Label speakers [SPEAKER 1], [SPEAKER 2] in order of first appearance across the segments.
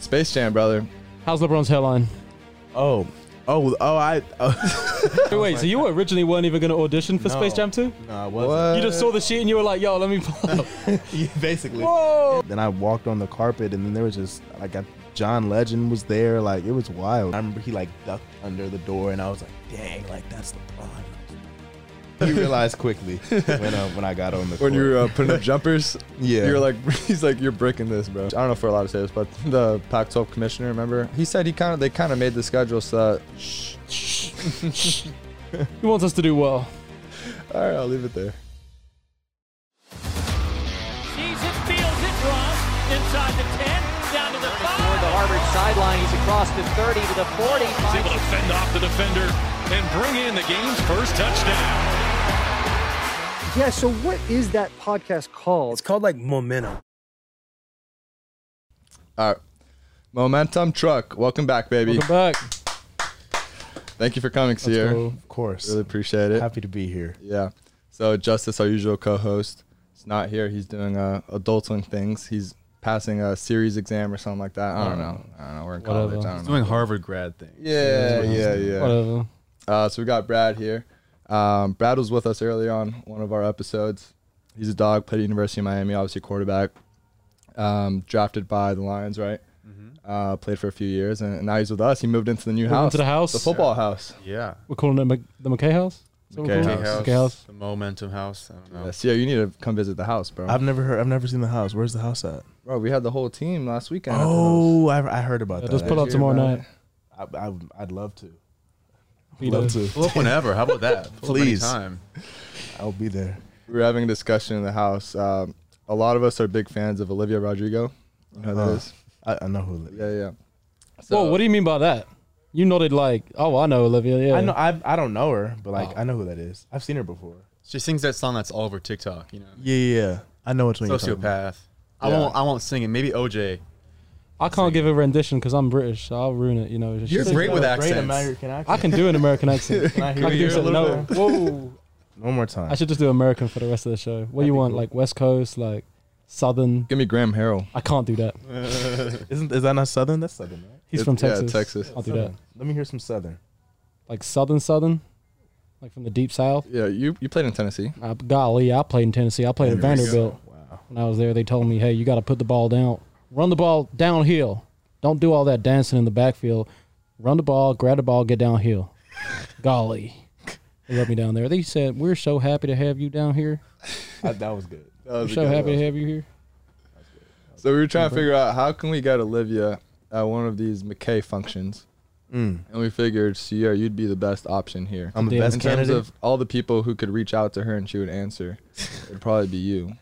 [SPEAKER 1] Space Jam, brother.
[SPEAKER 2] How's LeBron's hairline?
[SPEAKER 1] Oh, oh, oh! I oh.
[SPEAKER 2] wait, so you originally weren't even going to audition for Space
[SPEAKER 3] No.
[SPEAKER 2] Jam 2?
[SPEAKER 3] No, I
[SPEAKER 1] What?
[SPEAKER 3] wasn't.
[SPEAKER 2] You just saw the sheet and you were like, yo, let me pull up.
[SPEAKER 3] Yeah, Basically.
[SPEAKER 2] Whoa!
[SPEAKER 3] Then I walked on the carpet, and then there was just like a John Legend was there. Like it was wild. I remember he like ducked under the door, and I was like, "Dang, like that's LeBron." He realized quickly when uh, when I got on the
[SPEAKER 1] when
[SPEAKER 3] court.
[SPEAKER 1] you were uh, putting up jumpers,
[SPEAKER 3] yeah,
[SPEAKER 1] you're like, he's like, you're bricking this, bro. I don't know if we're allowed to say this, but the Pac-12 commissioner, remember, he said he kind of, they kind of made the schedule so
[SPEAKER 2] He wants us to do well.
[SPEAKER 1] that. All right, I'll leave it there.
[SPEAKER 4] Sees it, feels it, Ross. Inside the 10, down to the 5.
[SPEAKER 5] Toward the Harvard sideline, he's across the 30 to the 40.
[SPEAKER 6] He's able to fend off the defender and bring in the game's first touchdown.
[SPEAKER 7] Yeah, so what is that podcast called?
[SPEAKER 8] It's called like momentum.
[SPEAKER 1] All right, Momentum Truck, welcome back, baby.
[SPEAKER 2] Welcome back.
[SPEAKER 1] Thank you for coming, Sierra.
[SPEAKER 3] "Oh, of course,
[SPEAKER 1] Really appreciate it.
[SPEAKER 3] happy to be here."
[SPEAKER 1] Yeah. So Justice, our usual co-host, is not here. He's doing uh, adulting things. He's passing a series exam or something like that. I don't know. I don't know. We're in college.
[SPEAKER 2] Whatever.
[SPEAKER 1] I don't know.
[SPEAKER 9] Doing Harvard grad thing.
[SPEAKER 1] Yeah, yeah, yeah.
[SPEAKER 2] Whatever.
[SPEAKER 1] Uh, so we got Brad here. Um, Brad was with us earlier on one of our episodes. He's a dog, played at University of Miami, obviously quarterback. Um, drafted by the Lions, right? Uh, played for a few years, and now he's with us. He moved into the new
[SPEAKER 2] Moved
[SPEAKER 1] house,
[SPEAKER 2] into the house.
[SPEAKER 1] the football house.
[SPEAKER 9] Yeah.
[SPEAKER 2] We're calling it Mc- the McKay House? Is that what we're
[SPEAKER 1] McKay
[SPEAKER 2] calling it?
[SPEAKER 1] House.
[SPEAKER 2] McKay House.
[SPEAKER 9] The Momentum House. I don't know.
[SPEAKER 1] Yeah, so yeah, you need to come visit the house, bro.
[SPEAKER 3] I've never heard. I've never seen the house. Where's the house at?
[SPEAKER 1] bro, we had the whole team last weekend. at the house.
[SPEAKER 3] Oh, I, I heard about
[SPEAKER 2] Yeah,
[SPEAKER 3] that.
[SPEAKER 2] just pull up
[SPEAKER 1] hear
[SPEAKER 2] tomorrow
[SPEAKER 1] about
[SPEAKER 2] night.
[SPEAKER 3] I, I, I'd love to.
[SPEAKER 2] We
[SPEAKER 3] Love
[SPEAKER 2] do.
[SPEAKER 3] to.
[SPEAKER 9] Pull up whenever. How about that? Pull
[SPEAKER 3] Please.
[SPEAKER 9] Up anytime.
[SPEAKER 3] I'll be there.
[SPEAKER 1] we were having a discussion in the house. Um, a lot of us are big fans of Olivia Rodrigo. You know who that
[SPEAKER 3] Uh-huh.
[SPEAKER 1] is?
[SPEAKER 3] I, I know who.
[SPEAKER 1] Yeah, yeah.
[SPEAKER 2] Whoa, what do you mean by that? You nodded like, oh, I know Olivia. Yeah.
[SPEAKER 3] I know. I, I don't know her, but
[SPEAKER 1] Oh.
[SPEAKER 3] like I know who that is. I've seen her before.
[SPEAKER 9] She sings that song that's all over TikTok. You know,
[SPEAKER 3] Yeah, yeah. yeah. I know which one. you're talking about.
[SPEAKER 9] sociopath. I won't. I won't sing it. Maybe OJ.
[SPEAKER 2] I can't give a rendition because I'm British, so I'll ruin it. You know, It's
[SPEAKER 9] You're
[SPEAKER 2] just-
[SPEAKER 9] great with
[SPEAKER 3] Great
[SPEAKER 9] accents.
[SPEAKER 3] American accent.
[SPEAKER 2] I can do an American accent.
[SPEAKER 3] Can I hear
[SPEAKER 2] I can do
[SPEAKER 3] yours a
[SPEAKER 2] something.
[SPEAKER 3] little
[SPEAKER 2] No, whoa.
[SPEAKER 3] One more time.
[SPEAKER 2] I should just do American for the rest of the show. What do you want? Like West Coast, like Southern.
[SPEAKER 1] Give me Graham Harrell.
[SPEAKER 2] I can't do that.
[SPEAKER 3] Isn't is that not southern? That's southern, right?
[SPEAKER 2] He's
[SPEAKER 1] It-
[SPEAKER 2] from
[SPEAKER 1] yeah,
[SPEAKER 2] Texas.
[SPEAKER 1] Texas.
[SPEAKER 2] I'll do that.
[SPEAKER 3] Let me hear some southern.
[SPEAKER 2] Like Southern, Southern, like from the deep South.
[SPEAKER 1] Yeah, you, you played in Tennessee.
[SPEAKER 2] Uh, golly, I played in Tennessee. I played at Vanderbilt.
[SPEAKER 3] Wow.
[SPEAKER 2] When I was there, they told me, "Hey, you got to put the ball down, run the ball downhill. Don't do all that dancing in the backfield. Run the ball, grab the ball, get downhill." golly, they let me down there. They said, "We're so happy to have you down here.
[SPEAKER 3] I, that was good.
[SPEAKER 1] That
[SPEAKER 2] We're
[SPEAKER 1] was a
[SPEAKER 2] so
[SPEAKER 1] good
[SPEAKER 2] happy
[SPEAKER 1] one.
[SPEAKER 2] to have you here."
[SPEAKER 1] So we were trying to figure out how can we get Olivia at one of these McKay functions,
[SPEAKER 3] Mm.
[SPEAKER 1] and we figured Sierra, you'd be the best option here.
[SPEAKER 3] I'm the
[SPEAKER 2] Damn.
[SPEAKER 3] best
[SPEAKER 1] in terms
[SPEAKER 3] candidate.
[SPEAKER 1] of all the people who could reach out to her and she would answer, it'd probably be you.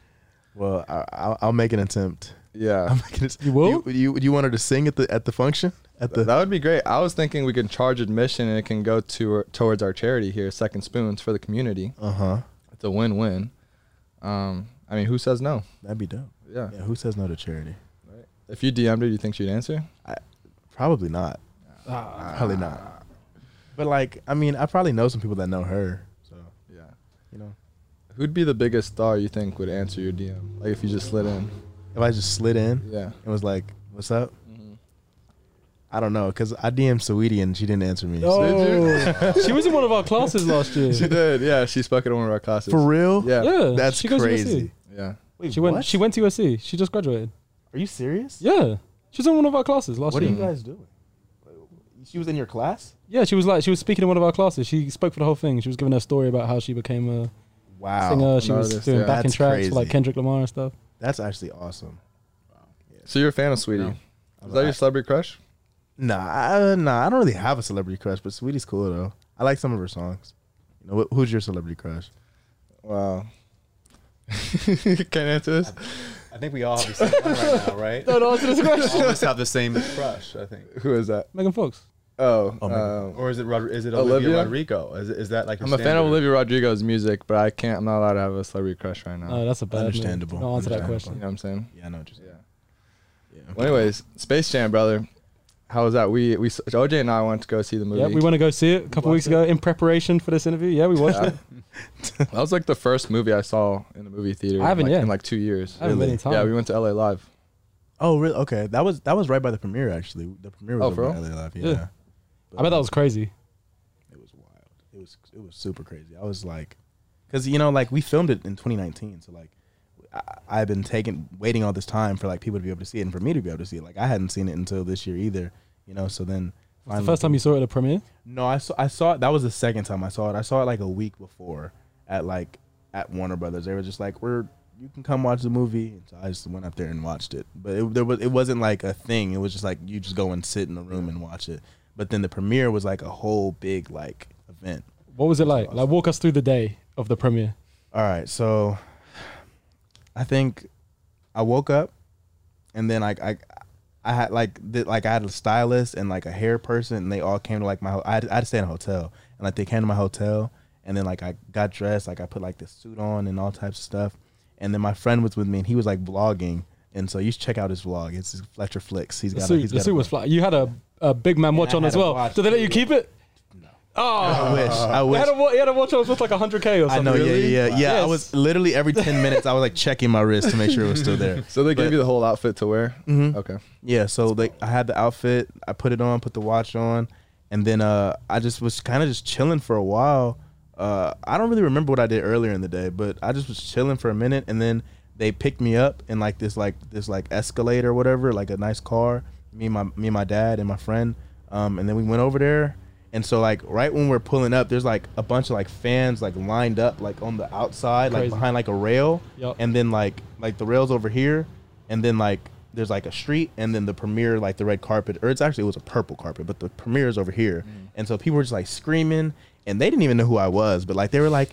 [SPEAKER 3] well, I, I'll, I'll make an attempt.
[SPEAKER 1] Yeah,
[SPEAKER 3] I'll make an att-
[SPEAKER 2] You will?
[SPEAKER 3] You, you you want her to sing at the at the function at the.
[SPEAKER 1] that would be great. I was thinking we can charge admission and it can go to towards our charity here, Second Spoons for the community.
[SPEAKER 3] Uh huh.
[SPEAKER 1] It's a win-win. Um, I mean, who says no?
[SPEAKER 3] That'd be dope.
[SPEAKER 1] Yeah.
[SPEAKER 3] Yeah. Who says no to charity?
[SPEAKER 1] If you DM'd her, do you think she'd answer?
[SPEAKER 3] Probably not. probably not. But like, I mean, I probably know some people that know her. So
[SPEAKER 1] Yeah.
[SPEAKER 3] you know,
[SPEAKER 1] Who'd be the biggest star you think would answer your DM? Like if you just slid in.
[SPEAKER 3] if I just slid in,
[SPEAKER 1] Yeah.
[SPEAKER 3] and was like, "What's up?" I don't know, cause I DM'd Saweetie and she didn't answer me. So-
[SPEAKER 2] Oh, she was in one of our classes last year.
[SPEAKER 1] She did. Yeah, she spoke at one of our classes.
[SPEAKER 3] For real?
[SPEAKER 1] Yeah.
[SPEAKER 2] yeah,
[SPEAKER 3] That's
[SPEAKER 2] she goes to USC.
[SPEAKER 3] crazy.
[SPEAKER 1] Yeah.
[SPEAKER 3] Wait,
[SPEAKER 2] She went.
[SPEAKER 3] what?
[SPEAKER 2] She went to USC. She just graduated.
[SPEAKER 3] Are you serious?
[SPEAKER 2] Yeah, she was in one of our classes last
[SPEAKER 3] What are
[SPEAKER 2] year.
[SPEAKER 3] you guys doing? She was in your class.
[SPEAKER 2] yeah, she was like she was speaking in one of our classes. She spoke for the whole thing. She was giving her story about how she became a
[SPEAKER 3] Wow,
[SPEAKER 2] singer. uh, She
[SPEAKER 1] no,
[SPEAKER 2] was
[SPEAKER 1] that's-
[SPEAKER 2] doing
[SPEAKER 1] yeah.
[SPEAKER 2] backing
[SPEAKER 3] Oh, That's
[SPEAKER 2] tracks for
[SPEAKER 3] crazy.
[SPEAKER 2] like Kendrick Lamar and stuff.
[SPEAKER 3] that's actually awesome.
[SPEAKER 1] So you're a fan of Sweetie. Is that your celebrity crush?
[SPEAKER 3] Nah, I, nah, I don't really have a celebrity crush, but Sweetie's cool though. I like some of her songs. You know, wh- who's your celebrity crush?
[SPEAKER 1] Wow. Can't answer this.
[SPEAKER 9] I think we all have the same one right now, right?
[SPEAKER 2] No, answer this question.
[SPEAKER 9] All of us have the same crush. I think.
[SPEAKER 1] Who is that?
[SPEAKER 2] Megan Fox.
[SPEAKER 1] Oh,
[SPEAKER 3] Oh, man.
[SPEAKER 1] um,
[SPEAKER 9] Or is it Rod- is it
[SPEAKER 1] Olivia?
[SPEAKER 9] Olivia Rodrigo? Is, it- is that like? your
[SPEAKER 1] I'm a fan of
[SPEAKER 9] standard?
[SPEAKER 1] Olivia Rodrigo's music, but I can't. I'm not allowed to have a celebrity crush right now.
[SPEAKER 2] No, Oh, that's a bad. name.
[SPEAKER 3] Oh, Understandable.
[SPEAKER 2] Don't answer that
[SPEAKER 1] you
[SPEAKER 2] question.
[SPEAKER 1] know what I'm saying?
[SPEAKER 3] Yeah, I know. Just,
[SPEAKER 1] Well, anyways, Space Jam, brother. How was that? We we OJ and I went to go see the movie.
[SPEAKER 2] Yeah, we went to go see it a couple weeks ago in preparation for this interview. Yeah, we watched it.
[SPEAKER 1] That was like the first movie I saw in the movie theater.
[SPEAKER 2] I haven't
[SPEAKER 1] like,
[SPEAKER 2] yet.
[SPEAKER 1] in like two years.
[SPEAKER 2] I haven't been in
[SPEAKER 1] Yeah,
[SPEAKER 2] time.
[SPEAKER 1] we went to LA Live.
[SPEAKER 3] Oh, really? Okay, that was that was right by the premiere. Actually, the premiere was
[SPEAKER 1] Oh, for
[SPEAKER 3] over at
[SPEAKER 1] real?
[SPEAKER 3] LA Live. Yeah.
[SPEAKER 2] Yeah. I bet that was crazy.
[SPEAKER 3] It was wild. It was it was super crazy. I was like, because you know, like we filmed it in 2019, so like I, I've been taking waiting all this time for like people to be able to see it and for me to be able to see it. Like I hadn't seen it until this year either. You know, so then
[SPEAKER 2] The first time you saw it at a premiere?
[SPEAKER 3] No, I saw I saw it. That was the second time I saw it. I saw it like a week before at like at Warner Brothers. They were just like, "We're you can come watch the movie." And so I just went up there and watched it. But it there was it wasn't like a thing. It was just like you just go and sit in a room and watch it. But then the premiere was like a whole big like event.
[SPEAKER 2] What was it like? Like, walk us through the day of the premiere.
[SPEAKER 3] All right, so I think I woke up and then like I I had like th- like I had a stylist and like a hair person and they all came to like my ho- I had, I had to stay in a hotel and like they came to my hotel and then like I got dressed like I put like this suit on and all types of stuff and then my friend was with me and he was like vlogging and so you should check out his vlog it's Fletcher Flicks he's
[SPEAKER 2] The
[SPEAKER 3] got a,
[SPEAKER 2] suit,
[SPEAKER 3] he's
[SPEAKER 2] the
[SPEAKER 3] got
[SPEAKER 2] suit
[SPEAKER 3] a,
[SPEAKER 2] was fly. You had a, a big man watch
[SPEAKER 3] I
[SPEAKER 2] on
[SPEAKER 3] had
[SPEAKER 2] as
[SPEAKER 3] a
[SPEAKER 2] well.
[SPEAKER 3] watch,
[SPEAKER 2] Did they let you
[SPEAKER 3] too.
[SPEAKER 2] keep it? No. Oh.
[SPEAKER 3] I wish I
[SPEAKER 2] You
[SPEAKER 3] wish
[SPEAKER 2] had, a, wa- you had a watch on was worth like 100K or something.
[SPEAKER 3] I know yeah yeah yeah yeah I
[SPEAKER 2] Yes.
[SPEAKER 3] was literally every ten minutes I was like checking my wrist to make sure it was still there
[SPEAKER 1] So they
[SPEAKER 3] But-
[SPEAKER 1] gave you the whole outfit to wear.
[SPEAKER 2] Mm-hmm.
[SPEAKER 1] Okay.
[SPEAKER 3] Yeah, so like I had the outfit, I put it on, put the watch on, and then uh I just was kind of just chilling for a while. Uh I don't really remember what I did earlier in the day, but I just was chilling for a minute and then they picked me up in like this like this like escalator or whatever, like a nice car. Me and my me and my dad and my friend. Um and then we went over there and so like right when we're pulling up, there's like a bunch of like fans like lined up like on the outside, like
[SPEAKER 2] Crazy.
[SPEAKER 3] behind like a rail.
[SPEAKER 2] Yup.
[SPEAKER 3] And then like like the rails over here, and then like there's like a street, and then the premiere like the red carpet, or it's actually it was a purple carpet, but the premiere is over here, and so people were just like screaming, and they didn't even know who I was, but like they were like.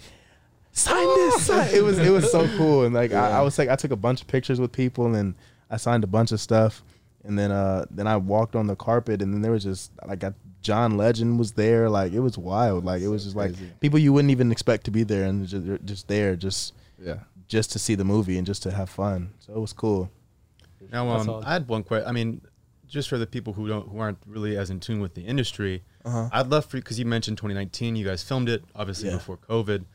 [SPEAKER 3] Sign this! sign-" It was it was so cool, and like I, I was like I took a bunch of pictures with people, and I signed a bunch of stuff, and then uh then I walked on the carpet, and then there was just like I, John Legend was there, like it was wild, like it was just like people you wouldn't even expect to be there, and just, they're just there, just
[SPEAKER 1] Yeah.
[SPEAKER 3] just to see the movie and just to have fun. So it was cool.
[SPEAKER 9] Now,
[SPEAKER 2] That's
[SPEAKER 9] um,
[SPEAKER 2] all.
[SPEAKER 9] I had one question. I mean, just for the people who don't who aren't really as in tune with the industry, I'd love for you because you mentioned 2019. You guys filmed it obviously
[SPEAKER 3] Uh-huh. Yeah.
[SPEAKER 9] before COVID.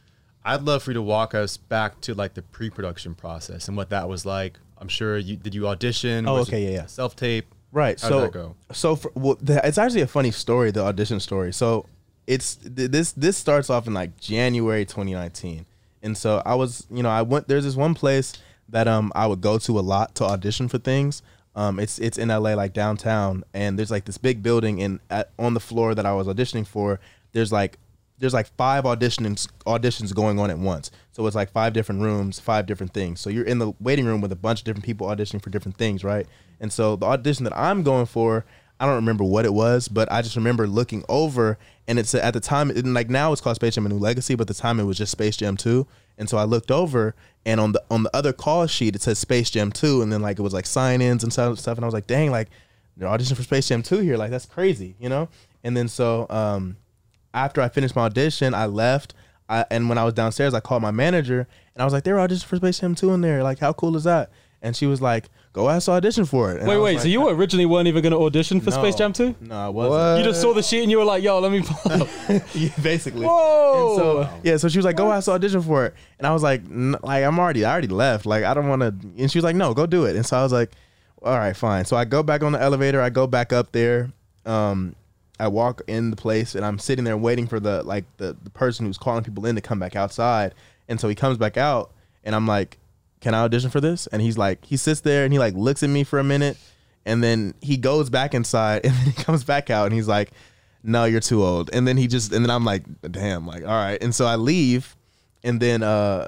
[SPEAKER 9] I'd love for you to walk us back to like the pre-production process and what that was like. I'm sure you did. You audition?
[SPEAKER 3] Oh,
[SPEAKER 9] Was
[SPEAKER 3] okay,
[SPEAKER 9] it
[SPEAKER 3] yeah, yeah.
[SPEAKER 9] Self tape.
[SPEAKER 3] Right.
[SPEAKER 9] How
[SPEAKER 3] so
[SPEAKER 9] did that go?
[SPEAKER 3] so for, well, the, it's actually a funny story, the audition story. So it's th- this this starts off in like January 2019, and so I was you know I went there's this one place that um I would go to a lot to audition for things. Um, it's it's in LA like downtown, and there's like this big building, and at, on the floor that I was auditioning for, there's like there's like five auditions auditions going on at once. So it's like five different rooms, five different things. So you're in the waiting room with a bunch of different people auditioning for different things, right? And so the audition that I'm going for, I don't remember what it was, but I just remember looking over and it's at the time and like now it's called Space Jam: A New Legacy, but at the time it was just Space Jam 2. And so I looked over and on the on the other call sheet it says Space Jam 2 and then like it was like sign-ins and stuff stuff and I was like, "Dang, like they're auditioning for Space Jam 2 here. Like that's crazy, you know?" And then so um after I finished my audition, I left. I, and when I was downstairs, I called my manager and I was like, they were auditioning for Space Jam 2 in there. Like, how cool is that? And she was like, go ask to audition for it. And I
[SPEAKER 2] Wait,
[SPEAKER 3] was
[SPEAKER 2] wait.
[SPEAKER 3] like,
[SPEAKER 2] so you originally weren't even going to audition for
[SPEAKER 3] "No."
[SPEAKER 2] Space Jam 2?
[SPEAKER 3] No, I wasn't.
[SPEAKER 2] You just saw the sheet and you were like, yo, let me pull up.
[SPEAKER 3] yeah, basically.
[SPEAKER 2] Whoa.
[SPEAKER 3] And so, yeah, so she was like, go ask to audition for it. And I was like, N- like, I'm already, I already left. Like, I don't want to. And she was like, no, go do it. And so I was like, all right, fine. So I go back on the elevator. I go back up there. Um, I walk in the place and I'm sitting there waiting for the, like the, the person who's calling people in to come back outside. And so he comes back out and I'm like, can I audition for this? And he's like, he sits there and he like looks at me for a minute. And then he goes back inside and then he comes back out and he's like, no, you're too old. And then he just, and then I'm like, damn, like, all right. And so I leave. And then, uh,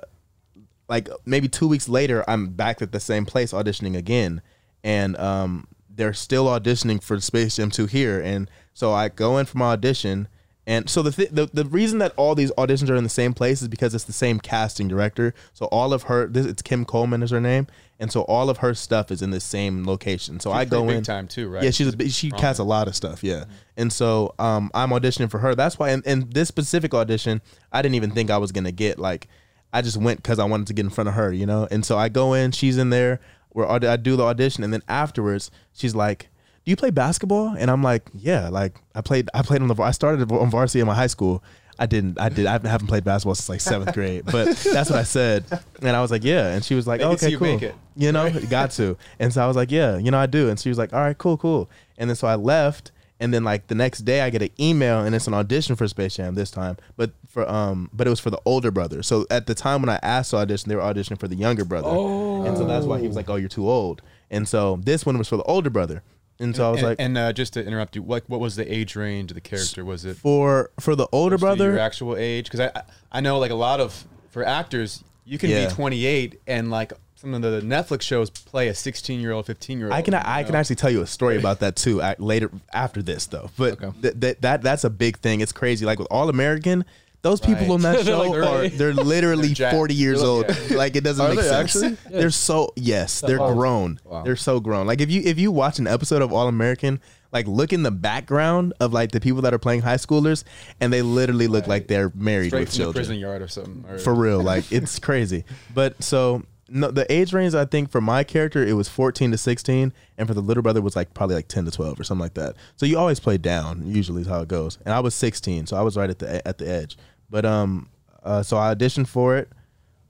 [SPEAKER 3] like maybe two weeks later, I'm back at the same place auditioning again, and um, they're still auditioning for Space Jam 2 here, and so I go in for my audition, and so the, th- the the reason that all these auditions are in the same place is because it's the same casting director, so all of her this it's Kim Coleman is her name, and so all of her stuff is in the same location. So I go
[SPEAKER 9] pretty big
[SPEAKER 3] in
[SPEAKER 9] time too, right?
[SPEAKER 3] Yeah, she's a, bi- she casts a lot of stuff, yeah,
[SPEAKER 9] Mm-hmm.
[SPEAKER 3] and so um, I'm auditioning for her. That's why, and, and this specific audition, I didn't even think I was gonna get like. I just went because I wanted to get in front of her, you know. And so I go in, she's in there. Where I do the audition, and then afterwards, she's like, "Do you play basketball?" And I'm like, "Yeah, like I played. I played on the. var- I started on varsity in my high school. I didn't. I did. I haven't played basketball since like seventh grade, but that's what I said. And I was like, yeah. And she was like, "Oh,
[SPEAKER 9] Make it so
[SPEAKER 3] okay,
[SPEAKER 9] you
[SPEAKER 3] cool.
[SPEAKER 9] make it.
[SPEAKER 3] You know, got to. And so I was like, yeah, you know, I do. And she was like, all right, cool, cool. And then so I left. And then like the next day, I get an email, and it's an audition for Space Jam this time, but for um, but it was for the older brother. So at the time when I asked to audition, they were auditioning for the younger brother, oh. and so that's why he was like, "Oh, you're too old." And so this one was for the older brother, and so I was
[SPEAKER 9] and,
[SPEAKER 3] like,
[SPEAKER 9] and uh, just to interrupt you, what what was the age range of the character? Was it
[SPEAKER 3] for for the older
[SPEAKER 9] close to
[SPEAKER 3] brother,
[SPEAKER 9] your actual age? Because I I- I know like a lot of for actors, you can
[SPEAKER 3] Yeah.
[SPEAKER 9] be 28 and like some of the Netflix shows play a 16 year old, 15 year old.
[SPEAKER 3] I can I can actually tell you a story about that too I, later after this though. But th- th- that that's a big thing. It's crazy. Like with All American, those people on that
[SPEAKER 2] They're
[SPEAKER 3] show
[SPEAKER 2] like
[SPEAKER 3] are
[SPEAKER 2] thirty.
[SPEAKER 3] they're literally
[SPEAKER 9] jacked.
[SPEAKER 3] forty years
[SPEAKER 9] They're
[SPEAKER 3] old.
[SPEAKER 9] like-
[SPEAKER 3] Like it doesn't
[SPEAKER 1] Are
[SPEAKER 3] make
[SPEAKER 1] they
[SPEAKER 3] sense.
[SPEAKER 1] actually?
[SPEAKER 3] They're so yes, they're grown. They're so grown. Like if you if you watch an episode of All American. Like look in the background of like the people that are playing high schoolers, and they literally look like they're married
[SPEAKER 9] straight
[SPEAKER 3] with
[SPEAKER 9] from the
[SPEAKER 3] children
[SPEAKER 9] prison yard or something. Or,
[SPEAKER 3] for real. Like it's crazy. But so no, the age range I think for my character it was 14 to 16, and for the little brother was like probably like 10 to 12 or something like that. So you always play down usually is how it goes. And I was 16, so I was right at the e, at the edge. But um, uh, so I auditioned for it.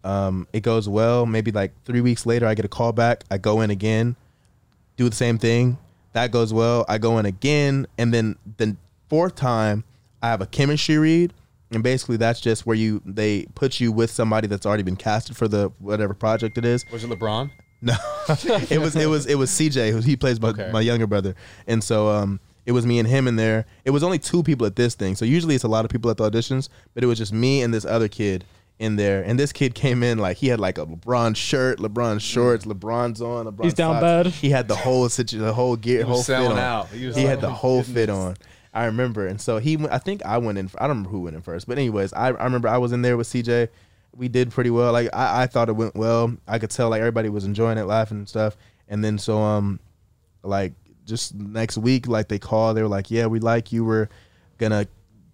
[SPEAKER 3] Um, it goes well. Maybe like three weeks later, I get a call back. I go in again do the same thing. That goes well. I go in again, and then the fourth time, I have a chemistry read, and basically that's just where you they put you with somebody that's already been casted for the whatever project it is.
[SPEAKER 9] was it LeBron?
[SPEAKER 3] No, it was it was it was CJ who he plays my,
[SPEAKER 9] Okay.
[SPEAKER 3] my younger brother, and so um it was me and him in there. It was only two people at this thing, so usually it's a lot of people at the auditions, but it was just me and this other kid in there. And this kid came in like he had like a LeBron shirt, LeBron shorts, LeBron's on. LeBron
[SPEAKER 2] He's down
[SPEAKER 3] socks.
[SPEAKER 2] bad.
[SPEAKER 3] He had the whole situ- the whole gear, whole fit
[SPEAKER 9] selling
[SPEAKER 3] on.
[SPEAKER 9] out. He was
[SPEAKER 3] He
[SPEAKER 9] like,
[SPEAKER 3] had the
[SPEAKER 9] "Oh my
[SPEAKER 3] whole fit on. I remember, and so he. went- I think I went in. I don't remember who went in first, but anyways, I, I remember I was in there with CJ. We did pretty well. Like I, I thought it went well. I could tell like everybody was enjoying it, laughing and stuff. And then so um, like just next week, like they called. They were like, "Yeah, we like you. We're gonna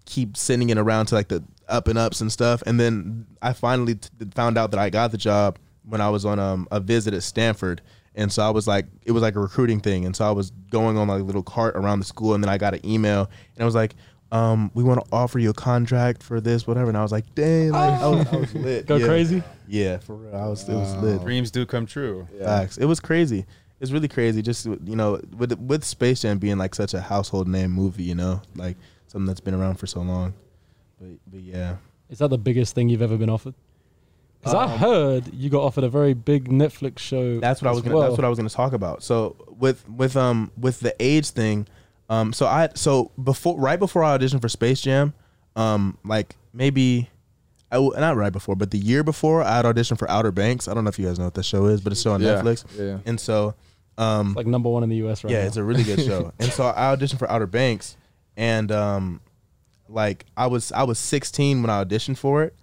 [SPEAKER 3] keep sending it around to like the up and ups and stuff." And then I finally t- found out that I got the job when I was on um, a visit at Stanford. And so I was like, it was like a recruiting thing. And so I was going on like a little cart around the school. And then I got an email and I was like, um, we want to offer you a contract for this, whatever. And I was like, dang, like, I, was, I was lit.
[SPEAKER 2] Go
[SPEAKER 3] Yeah.
[SPEAKER 2] crazy?
[SPEAKER 3] Yeah, for real. I was, it was lit.
[SPEAKER 9] Dreams do come true.
[SPEAKER 3] Facts. It was crazy. It's really crazy. Just you know, with with Space Jam being like such a household name movie, you know, like something that's been around for so long. But but yeah,
[SPEAKER 2] Is that the biggest thing you've ever been offered? Because I heard you got offered a very big Netflix show.
[SPEAKER 3] Um, that's what I
[SPEAKER 2] as
[SPEAKER 3] was gonna,
[SPEAKER 2] well.
[SPEAKER 3] that's what I was gonna talk about. So with with um with the age thing, um so I so before right before I auditioned for Space Jam, um like maybe. I w- not right before, but the year before, I had auditioned for Outer Banks. I don't know if you guys know what that show is, but it's still on
[SPEAKER 1] Yeah,
[SPEAKER 3] Netflix.
[SPEAKER 1] yeah.
[SPEAKER 3] And so
[SPEAKER 2] It's like number one in the US right
[SPEAKER 3] yeah,
[SPEAKER 2] now.
[SPEAKER 3] it's a really good show. and so I auditioned for Outer Banks, and um, like I was I was 16 when I auditioned for it,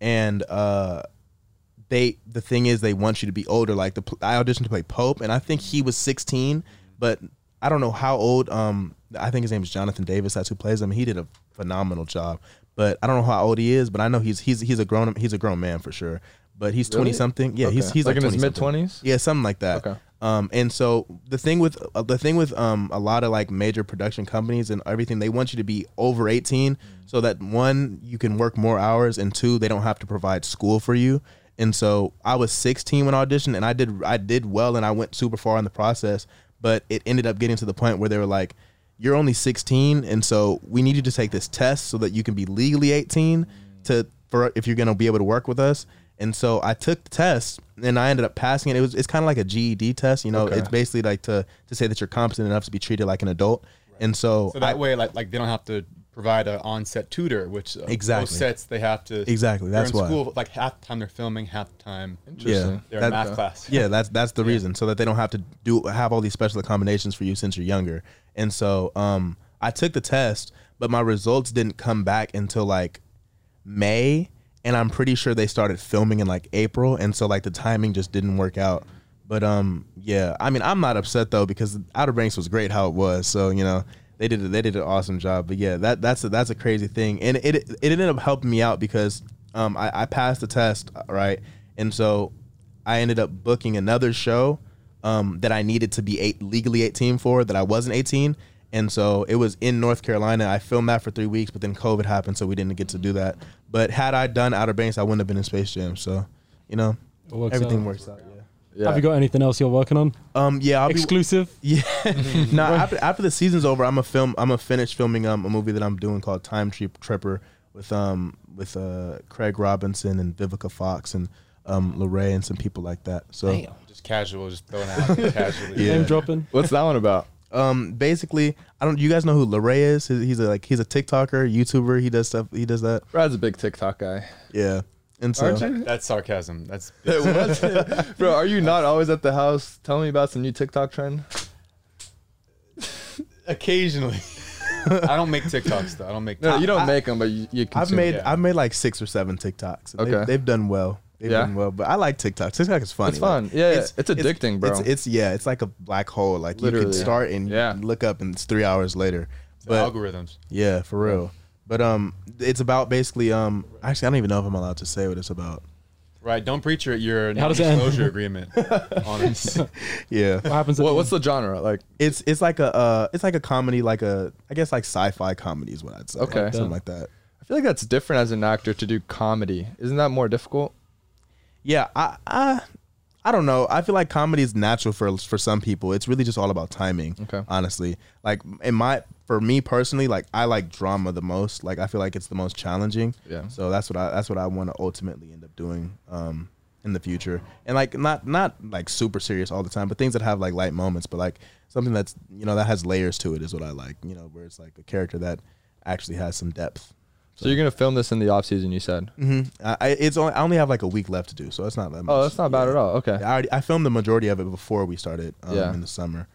[SPEAKER 3] and uh, they the thing is they want you to be older. Like the pl- I auditioned to play Pope, and I think he was 16, but I don't know how old. Um, I think his name is Jonathan Davis. That's who plays him. He did a phenomenal job, but I don't know how old he is. But I know he's he's he's a grown he's a grown man for sure. But he's twenty something. Yeah, he's
[SPEAKER 1] Okay.
[SPEAKER 3] he's
[SPEAKER 1] Like
[SPEAKER 3] like,
[SPEAKER 1] in his
[SPEAKER 3] 20-something.
[SPEAKER 1] mid-twenties?
[SPEAKER 3] Yeah, something like that.
[SPEAKER 1] Okay.
[SPEAKER 3] Um, and so the thing with uh, the thing with um a lot of like major production companies and everything, they want you to be over eighteen, so that one you can work more hours, and two they don't have to provide school for you. And so I was sixteen when I auditioned, and I did I did well, and I went super far in the process, but it ended up getting to the point where they were like, "You're only sixteen, and so we need you to take this test so that you can be legally eighteen to for if you're gonna be able to work with us." And so I took the test and I ended up passing it. It was it's kind of like a GED test, you know. It's basically like to to say that you're competent enough to be treated like an adult. And so,
[SPEAKER 9] So that
[SPEAKER 3] I-
[SPEAKER 9] way, like like they don't have to provide an on-set tutor, which uh,
[SPEAKER 3] Exactly.
[SPEAKER 9] most sets they have to
[SPEAKER 3] Exactly,
[SPEAKER 9] they're
[SPEAKER 3] that's
[SPEAKER 9] in
[SPEAKER 3] why.
[SPEAKER 9] School like half the time they're filming, half the time
[SPEAKER 3] yeah,
[SPEAKER 1] Interesting.
[SPEAKER 9] they're
[SPEAKER 3] that-
[SPEAKER 9] in math class.
[SPEAKER 3] Yeah, that's that's the reason, so that they don't have to do have all these special accommodations for you since you're younger. And so, um, I took the test, but my results didn't come back until like May, and I'm pretty sure they started filming in like April, and so like the timing just didn't work out. But um, yeah, I mean, I'm not upset though because Outer Banks was great how it was. So you know, they did they did an awesome job. But yeah, that that's a, that's a crazy thing, and it it ended up helping me out because um, I, I passed the test right, and so I ended up booking another show um, that I needed to be eight, legally 18 for that I wasn't 18. And so it was in North Carolina. I filmed that for three weeks, but then COVID happened, so we didn't get to do that. But had I done Outer Banks, I wouldn't have been in Space Jam. So, you know,
[SPEAKER 2] It works
[SPEAKER 3] everything
[SPEAKER 2] out.
[SPEAKER 3] works out. Yeah.
[SPEAKER 2] Have you got anything else you're working on?
[SPEAKER 3] Um. Yeah. I'll be,
[SPEAKER 2] Exclusive.
[SPEAKER 3] yeah. no. After, after the season's over, I'm a film. I'm a finish filming um a movie that I'm doing called Time Trip Tripper with um with uh Craig Robinson and Vivica Fox and um Lorraine and some people like that. So.
[SPEAKER 8] Just casual, just throwing it out there casually.
[SPEAKER 3] Yeah.
[SPEAKER 2] Name dropping.
[SPEAKER 1] What's that one about?
[SPEAKER 3] um basically i don't you guys know who Larea is he's, he's a like he's a tiktoker youtuber he does stuff he does that
[SPEAKER 1] Brad's a big TikTok guy.
[SPEAKER 3] yeah and so
[SPEAKER 9] That's sarcasm. That's
[SPEAKER 1] Bro, are you not always at the house? Tell me about some new TikTok trend.
[SPEAKER 9] occasionally.
[SPEAKER 8] I don't make TikToks though. I don't make.
[SPEAKER 1] No, you don't
[SPEAKER 3] I-
[SPEAKER 1] make them, but you, you
[SPEAKER 3] i've
[SPEAKER 1] consume
[SPEAKER 3] made
[SPEAKER 1] them.
[SPEAKER 3] i've made like six or seven tiktoks and
[SPEAKER 1] Okay.
[SPEAKER 3] they've, they've done well they've
[SPEAKER 1] Yeah?
[SPEAKER 3] done well but i like tiktok tiktok is fun
[SPEAKER 1] It's fun. Yeah, it's addicting, bro.
[SPEAKER 3] it's, it's yeah it's like a black hole like you
[SPEAKER 1] Literally.
[SPEAKER 3] can start and
[SPEAKER 1] Yeah.
[SPEAKER 3] look up and it's three hours later but
[SPEAKER 9] algorithms.
[SPEAKER 3] yeah for real but um it's about basically um actually i don't even know if i'm allowed to say what it's about
[SPEAKER 9] Right. Don't preach it. Your
[SPEAKER 2] How does that-
[SPEAKER 9] disclosure agreement. Honest.
[SPEAKER 3] yeah
[SPEAKER 2] What happens? At
[SPEAKER 1] What,
[SPEAKER 2] the
[SPEAKER 1] what's the genre? Like,
[SPEAKER 3] It's it's like a uh, it's like a comedy, like a I guess like sci-fi comedy is what I'd say.
[SPEAKER 1] Okay.
[SPEAKER 3] something like that.
[SPEAKER 1] I feel like that's different as an actor to do comedy. Isn't that more difficult?
[SPEAKER 3] Yeah, I I, I don't know. I feel like comedy is natural for for some people. It's really just all about timing.
[SPEAKER 1] Okay.
[SPEAKER 3] honestly, like in my for me personally, like I like drama the most. Like I feel like it's the most challenging.
[SPEAKER 1] Yeah.
[SPEAKER 3] So that's what I that's what I want to ultimately end up doing. Um. In the future, and like not not like super serious all the time, but things that have like light moments, but like something that's you know that has layers to it is what I like. You know, where it's like a character that actually has some depth.
[SPEAKER 1] So you're gonna film this in the off season, you said.
[SPEAKER 3] I, I- it's only, I only have like a week left to do, so it's not that much.
[SPEAKER 1] Oh, that's not bad at all. Okay.
[SPEAKER 3] I already I filmed the majority of it before we started um,
[SPEAKER 1] Yeah.
[SPEAKER 3] in the summer.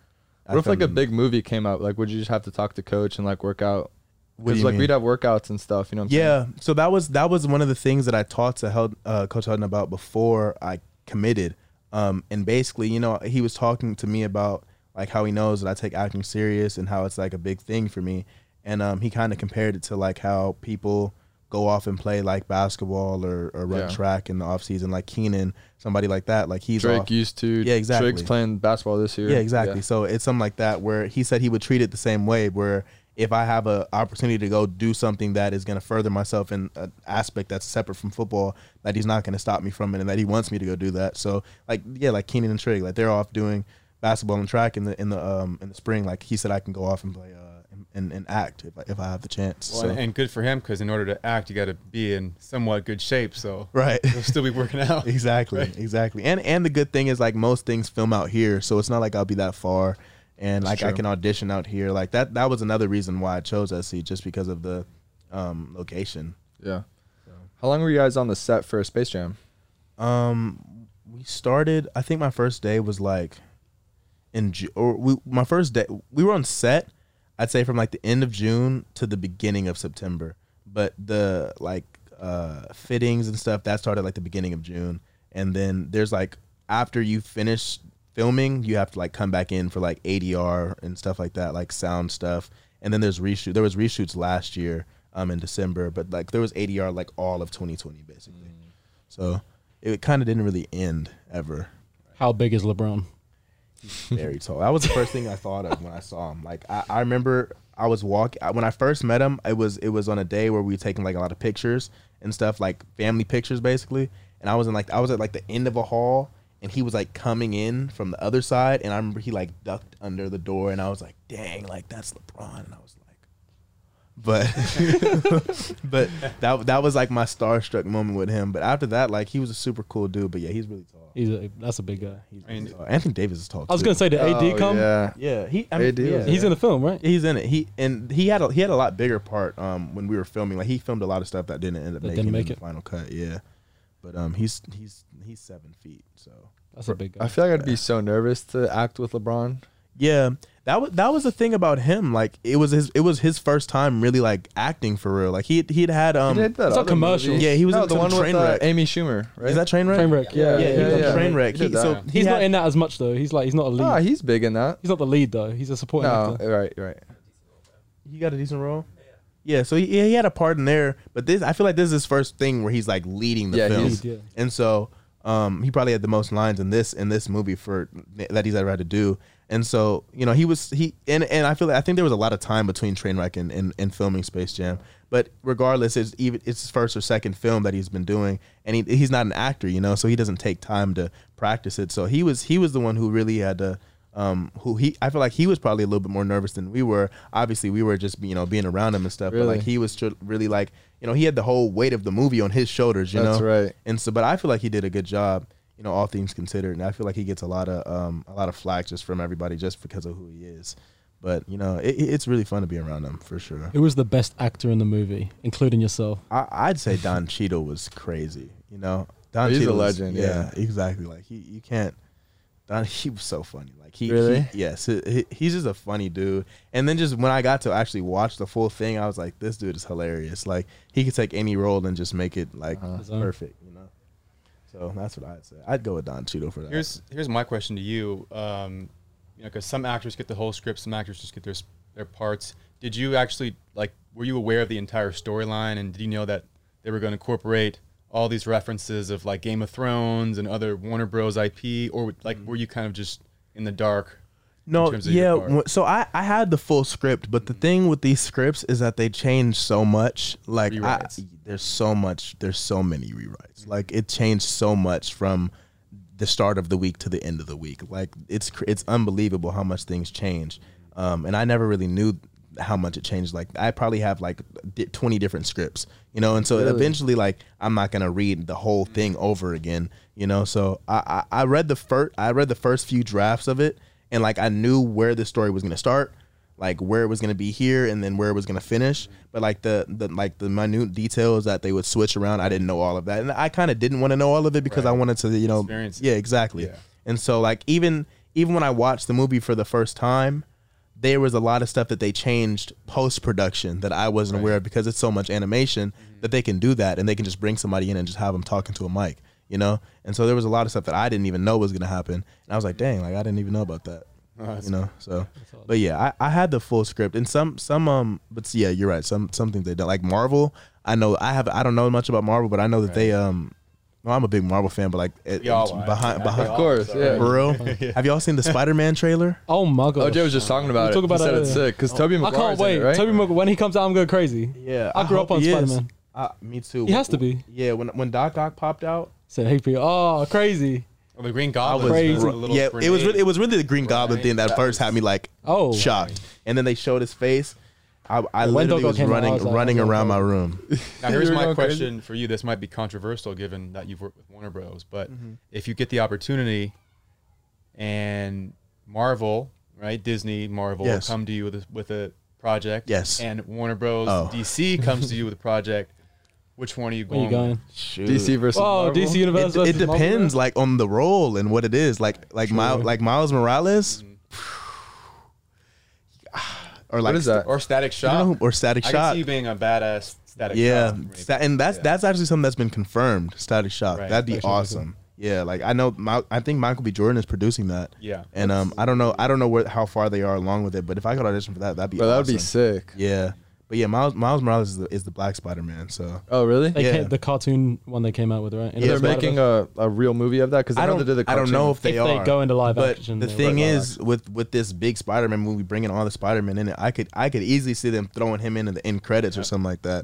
[SPEAKER 1] What if like a big movie came out? Like, would you just have to talk to coach and like work out?
[SPEAKER 3] do
[SPEAKER 1] Because
[SPEAKER 3] you
[SPEAKER 1] like
[SPEAKER 3] mean?
[SPEAKER 1] we'd have workouts and stuff. You know. What I'm
[SPEAKER 3] yeah? So that was that was one of the things that I talked to Held, uh, Coach Helton about before I committed. Um, and basically, you know, he was talking to me about like how he knows that I take acting serious and how it's like a big thing for me. And um, he kind of compared it to like how people go off and play like basketball or, or run
[SPEAKER 1] Yeah.
[SPEAKER 3] track in the off season, like Keenan, somebody like that. Like he's
[SPEAKER 1] Drake
[SPEAKER 3] off.
[SPEAKER 1] used to.
[SPEAKER 3] Yeah, exactly.
[SPEAKER 1] Drake's playing basketball this year.
[SPEAKER 3] Yeah, exactly. So it's something like that where he said he would treat it the same way. Where if I have a opportunity to go do something that is going to further myself in an aspect that's separate from football, that he's not going to stop me from it, and that he wants me to go do that. So like yeah, like Keenan and Trig, like they're off doing basketball and track in the in the um in the spring. Like he said, I can go off and play uh and, and, and act if I, if I have the chance.
[SPEAKER 9] Well,
[SPEAKER 3] so.
[SPEAKER 9] and, and good for him because in order to act, you got to be in somewhat good shape. So
[SPEAKER 3] Right.
[SPEAKER 9] you'll still be working out.
[SPEAKER 3] Exactly, exactly. And and the good thing is like most things film out here, so it's not like I'll be that far, and like I
[SPEAKER 1] true.
[SPEAKER 3] can audition out here. Like that that was another reason why I chose SC just because of the um, location.
[SPEAKER 1] Yeah. Yeah. How long were you guys on the set for Space Jam?
[SPEAKER 3] Um, we started. I think my first day was like in Ju- or we my first day we were on set. I'd say from like the end of June to the beginning of September, but the like uh fittings and stuff that started like the beginning of June, and then there's like after you finish filming, you have to like come back in for like ADR and stuff like that, like sound stuff, and then there's reshoot. There was reshoots last year um in December, but like there was ADR like all of 2020 basically. So it kind of didn't really end ever.
[SPEAKER 2] How big is LeBron?
[SPEAKER 3] Very tall. That was the first thing I thought of when I saw him. Like I, I remember I was walking when I first met him. It was it was on a day where we were taking like a lot of pictures and stuff, like family pictures basically. And I was in like I was at like the end of a hall, and he was like coming in from the other side. And I remember he like ducked under the door, and I was like, "Dang, like that's LeBron." And I was like, but but that that was like my starstruck moment with him. But after that, like he was a super cool dude. But yeah, he's really tall.
[SPEAKER 2] He's a, that's a big guy.
[SPEAKER 3] He's
[SPEAKER 9] I mean-
[SPEAKER 3] really tall. Anthony Davis is tall.
[SPEAKER 2] I was
[SPEAKER 3] too.
[SPEAKER 2] gonna say the
[SPEAKER 1] Oh,
[SPEAKER 2] AD come.
[SPEAKER 1] Yeah.
[SPEAKER 3] Yeah, he. I
[SPEAKER 1] AD was
[SPEAKER 3] yeah.
[SPEAKER 2] He's in the film, right?
[SPEAKER 3] He's in it. He and he had a, he had a lot bigger part um, when we were filming. Like he filmed a lot of stuff that didn't end up
[SPEAKER 2] That
[SPEAKER 3] making
[SPEAKER 2] didn't make
[SPEAKER 3] it in
[SPEAKER 2] it.
[SPEAKER 3] the final cut. Yeah, but um, he's he's he's seven feet. So
[SPEAKER 2] That's a big guy.
[SPEAKER 1] I feel like I'd be so nervous to act with LeBron.
[SPEAKER 3] yeah, that was that was the thing about him. Like it was his it was his first time really like acting for real. Like he he'd had um
[SPEAKER 1] that
[SPEAKER 2] It's a commercial.
[SPEAKER 1] movie.
[SPEAKER 3] Yeah, he was
[SPEAKER 1] no,
[SPEAKER 3] in
[SPEAKER 1] the
[SPEAKER 3] some
[SPEAKER 1] one with
[SPEAKER 3] train
[SPEAKER 1] uh,
[SPEAKER 3] wreck.
[SPEAKER 1] Amy Schumer, right?
[SPEAKER 3] is that train wreck?
[SPEAKER 2] Trainwreck.
[SPEAKER 1] Yeah,
[SPEAKER 2] Yeah,
[SPEAKER 3] Yeah, he was
[SPEAKER 1] yeah,
[SPEAKER 3] in
[SPEAKER 1] yeah.
[SPEAKER 3] train wreck.
[SPEAKER 1] He
[SPEAKER 3] He,
[SPEAKER 1] did
[SPEAKER 3] so
[SPEAKER 1] that.
[SPEAKER 3] he
[SPEAKER 2] he's
[SPEAKER 3] had,
[SPEAKER 2] not in that as much though. He's like he's not a lead.
[SPEAKER 1] Ah, he's big in that.
[SPEAKER 2] he's not the lead though. He's a supporting
[SPEAKER 1] No,
[SPEAKER 2] actor.
[SPEAKER 1] right, right.
[SPEAKER 3] He got a decent role. Yeah, so he, yeah, he had a part in there, but this I feel like this is his first thing where he's like leading the
[SPEAKER 1] Yeah,
[SPEAKER 3] film,
[SPEAKER 1] he's-
[SPEAKER 2] Yeah.
[SPEAKER 3] and so um, he probably had the most lines in this in this movie for that he's ever had to do. And so, you know, he was he and and I feel like I think there was a lot of time between Trainwreck and and, and filming Space Jam. But regardless, it's even it's his first or second film that he's been doing, and he, he's not an actor, you know, so he doesn't take time to practice it. So he was he was the one who really had to. Um, who he? I feel like he was probably a little bit more nervous than we were. Obviously, we were just you know being around him and stuff. But
[SPEAKER 1] Really?
[SPEAKER 3] like he was tr- really like you know he had the whole weight of the movie on his shoulders. You
[SPEAKER 1] That's
[SPEAKER 3] know,
[SPEAKER 1] right.
[SPEAKER 3] and so, but I feel like he did a good job, you know, all things considered. And I feel like he gets a lot of um, a lot of flack just from everybody just because of who he is. But you know, it, it- it's really fun to be around him for sure.
[SPEAKER 2] Who was the best actor in the movie, including yourself?
[SPEAKER 3] I, I'd say Don Cheadle was crazy. You know, Don
[SPEAKER 1] He's a
[SPEAKER 3] Cheadle was-
[SPEAKER 1] legend,
[SPEAKER 3] exactly. Like he, you can't. Don, he was so funny. Like he,
[SPEAKER 1] Really?
[SPEAKER 3] he- yes, he- he, he's just a funny dude. And then just when I got to actually watch the full thing, I was like, this dude is hilarious. Like he could take any role and just make it like
[SPEAKER 9] Uh-huh.
[SPEAKER 2] own.
[SPEAKER 3] perfect. You know. So that's what I'd say. I'd go with Don Cheadle for that.
[SPEAKER 9] Here's here's my question to you. Um, you know, because some actors get the whole script, some actors just get their s- their parts. Did you actually like? Were you aware of the entire storyline, and did you know that they were going to incorporate all these references of like Game of Thrones and other Warner Bros. IP, or like were you kind of just in the dark? in
[SPEAKER 3] No,
[SPEAKER 9] terms of your
[SPEAKER 3] yeah.
[SPEAKER 9] part?
[SPEAKER 3] w- So I, I had the full script, but the thing with these scripts is that they change so much. Like, I,
[SPEAKER 9] Rewrites.
[SPEAKER 3] there's so much, there's so many rewrites. Like, it changed so much from the start of the week to the end of the week. Like, it's cr- it's unbelievable how much things change. Um, and I never really knew how much it changed. Like, I probably have like di- 20 different scripts, you know. And so eventually, like, I'm not gonna read the whole thing over again, you know. So I I, I read the first I read the first few drafts of it and like I knew where the story was gonna start, like where it was gonna be here, and then where it was gonna finish. But like the the like the minute details that they would switch around, I didn't know all of that, and I kind of didn't want to know all of it because I wanted to, you know,
[SPEAKER 9] Experience it.
[SPEAKER 3] yeah, exactly. And so like even even when I watched the movie for the first time, there was a lot of stuff that they changed post production that I wasn't aware of because it's so much animation
[SPEAKER 9] Mm-hmm.
[SPEAKER 3] that they can do that and they can just bring somebody in and just have them talking to a mic, you know. And so there was a lot of stuff that I didn't even know was gonna happen, and I was like, dang, like I didn't even know about that, you know. So, but yeah, I, I had the full script and some some um, but yeah, you're right. Some some things they don't like Marvel. I know I have I don't know much about Marvel, but I know that they um. Well, I'm a big Marvel fan, but like it,
[SPEAKER 9] We all
[SPEAKER 3] it's
[SPEAKER 9] are.
[SPEAKER 3] behind, behind,
[SPEAKER 1] Of course, yeah.
[SPEAKER 3] for real. Have y'all seen the Spider-Man trailer?
[SPEAKER 2] Oh my god!
[SPEAKER 1] OJ was just talking
[SPEAKER 2] We
[SPEAKER 1] about it.
[SPEAKER 2] talk about
[SPEAKER 1] he said
[SPEAKER 2] it,
[SPEAKER 1] it's
[SPEAKER 2] yeah.
[SPEAKER 1] sick because Toby
[SPEAKER 2] I
[SPEAKER 1] McGuire's
[SPEAKER 2] can't wait.
[SPEAKER 1] in it, right?
[SPEAKER 2] Toby Mc- when he comes out, I'm going crazy.
[SPEAKER 3] Yeah,
[SPEAKER 2] I grew
[SPEAKER 10] Oh,
[SPEAKER 3] hope
[SPEAKER 2] up on
[SPEAKER 3] he is.
[SPEAKER 2] Spider-Man.
[SPEAKER 3] Uh, me too.
[SPEAKER 2] He has to be.
[SPEAKER 3] Yeah, when when Doc Ock popped out,
[SPEAKER 2] Said hey, P. Oh, crazy.
[SPEAKER 9] Or the Green
[SPEAKER 2] was
[SPEAKER 9] Goblin. was
[SPEAKER 2] crazy.
[SPEAKER 9] a little
[SPEAKER 3] yeah, it was
[SPEAKER 9] grenade.
[SPEAKER 3] really, it was really the Green Goblin thing that,
[SPEAKER 9] That
[SPEAKER 3] first had me like
[SPEAKER 2] Oh.
[SPEAKER 3] shocked, and then they showed his face. I, I
[SPEAKER 2] When
[SPEAKER 3] literally
[SPEAKER 2] Dogo
[SPEAKER 3] was
[SPEAKER 2] came out, I
[SPEAKER 3] running
[SPEAKER 2] was like,
[SPEAKER 3] running
[SPEAKER 2] okay,
[SPEAKER 3] around
[SPEAKER 2] okay.
[SPEAKER 3] my room.
[SPEAKER 9] Now, here's
[SPEAKER 1] You're
[SPEAKER 9] my
[SPEAKER 1] going
[SPEAKER 9] question for you. This might be controversial given that you've worked with Warner Bros. But
[SPEAKER 3] Mm-hmm.
[SPEAKER 9] if you get the opportunity and Marvel, right, Disney, Marvel
[SPEAKER 3] Yes.
[SPEAKER 9] come to you with a, with a project,
[SPEAKER 3] Yes.
[SPEAKER 9] and Warner Bros.
[SPEAKER 3] Oh.
[SPEAKER 9] DC comes to you with a project, which one are you
[SPEAKER 2] Where you
[SPEAKER 9] going?
[SPEAKER 2] going?
[SPEAKER 3] Shoot.
[SPEAKER 1] DC versus
[SPEAKER 2] Oh,
[SPEAKER 1] Marvel.
[SPEAKER 2] DC Universe.
[SPEAKER 3] It, it
[SPEAKER 2] versus Marvel?
[SPEAKER 3] depends, like on the role and what it is, like like Miles like Miles Morales, Mm-hmm. or like
[SPEAKER 1] What is that?
[SPEAKER 9] with? Or Static
[SPEAKER 3] I
[SPEAKER 9] Shock.
[SPEAKER 3] don't know, or Static
[SPEAKER 9] I
[SPEAKER 3] Shock.
[SPEAKER 9] can see you being a badass Static
[SPEAKER 3] yeah,
[SPEAKER 9] Shock. maybe.
[SPEAKER 3] sta- and that's
[SPEAKER 9] Yeah.
[SPEAKER 3] that's actually something that's been confirmed. Static Shock.
[SPEAKER 9] Right.
[SPEAKER 3] That'd be
[SPEAKER 9] Static
[SPEAKER 3] awesome. Yeah, like I know, my, I think Michael B. Jordan is producing that.
[SPEAKER 9] Yeah.
[SPEAKER 3] and um, I don't know, I don't know where how far they are along with it, but if I could audition for that, that'd be
[SPEAKER 1] Bro, that would be
[SPEAKER 3] awesome.
[SPEAKER 1] sick.
[SPEAKER 3] Yeah, but yeah, Miles Miles Morales is the, is the Black Spider Man. So
[SPEAKER 1] Oh, really?
[SPEAKER 2] They
[SPEAKER 3] Yeah.
[SPEAKER 2] ca- the cartoon one they came out with, right? And
[SPEAKER 1] They're
[SPEAKER 2] it's Spider-Man.
[SPEAKER 1] making a, a real movie of that because
[SPEAKER 3] I
[SPEAKER 1] they
[SPEAKER 3] don't,
[SPEAKER 1] to do the
[SPEAKER 3] I don't know
[SPEAKER 1] cartoon.
[SPEAKER 3] if they
[SPEAKER 2] If
[SPEAKER 3] are.
[SPEAKER 2] they go into live
[SPEAKER 3] but
[SPEAKER 2] action,
[SPEAKER 3] the
[SPEAKER 2] they
[SPEAKER 3] thing
[SPEAKER 2] will.
[SPEAKER 3] is, with with this big Spider Man movie bringing all the Spider Man in it, I could I could easily see them throwing him into the end credits or something like that.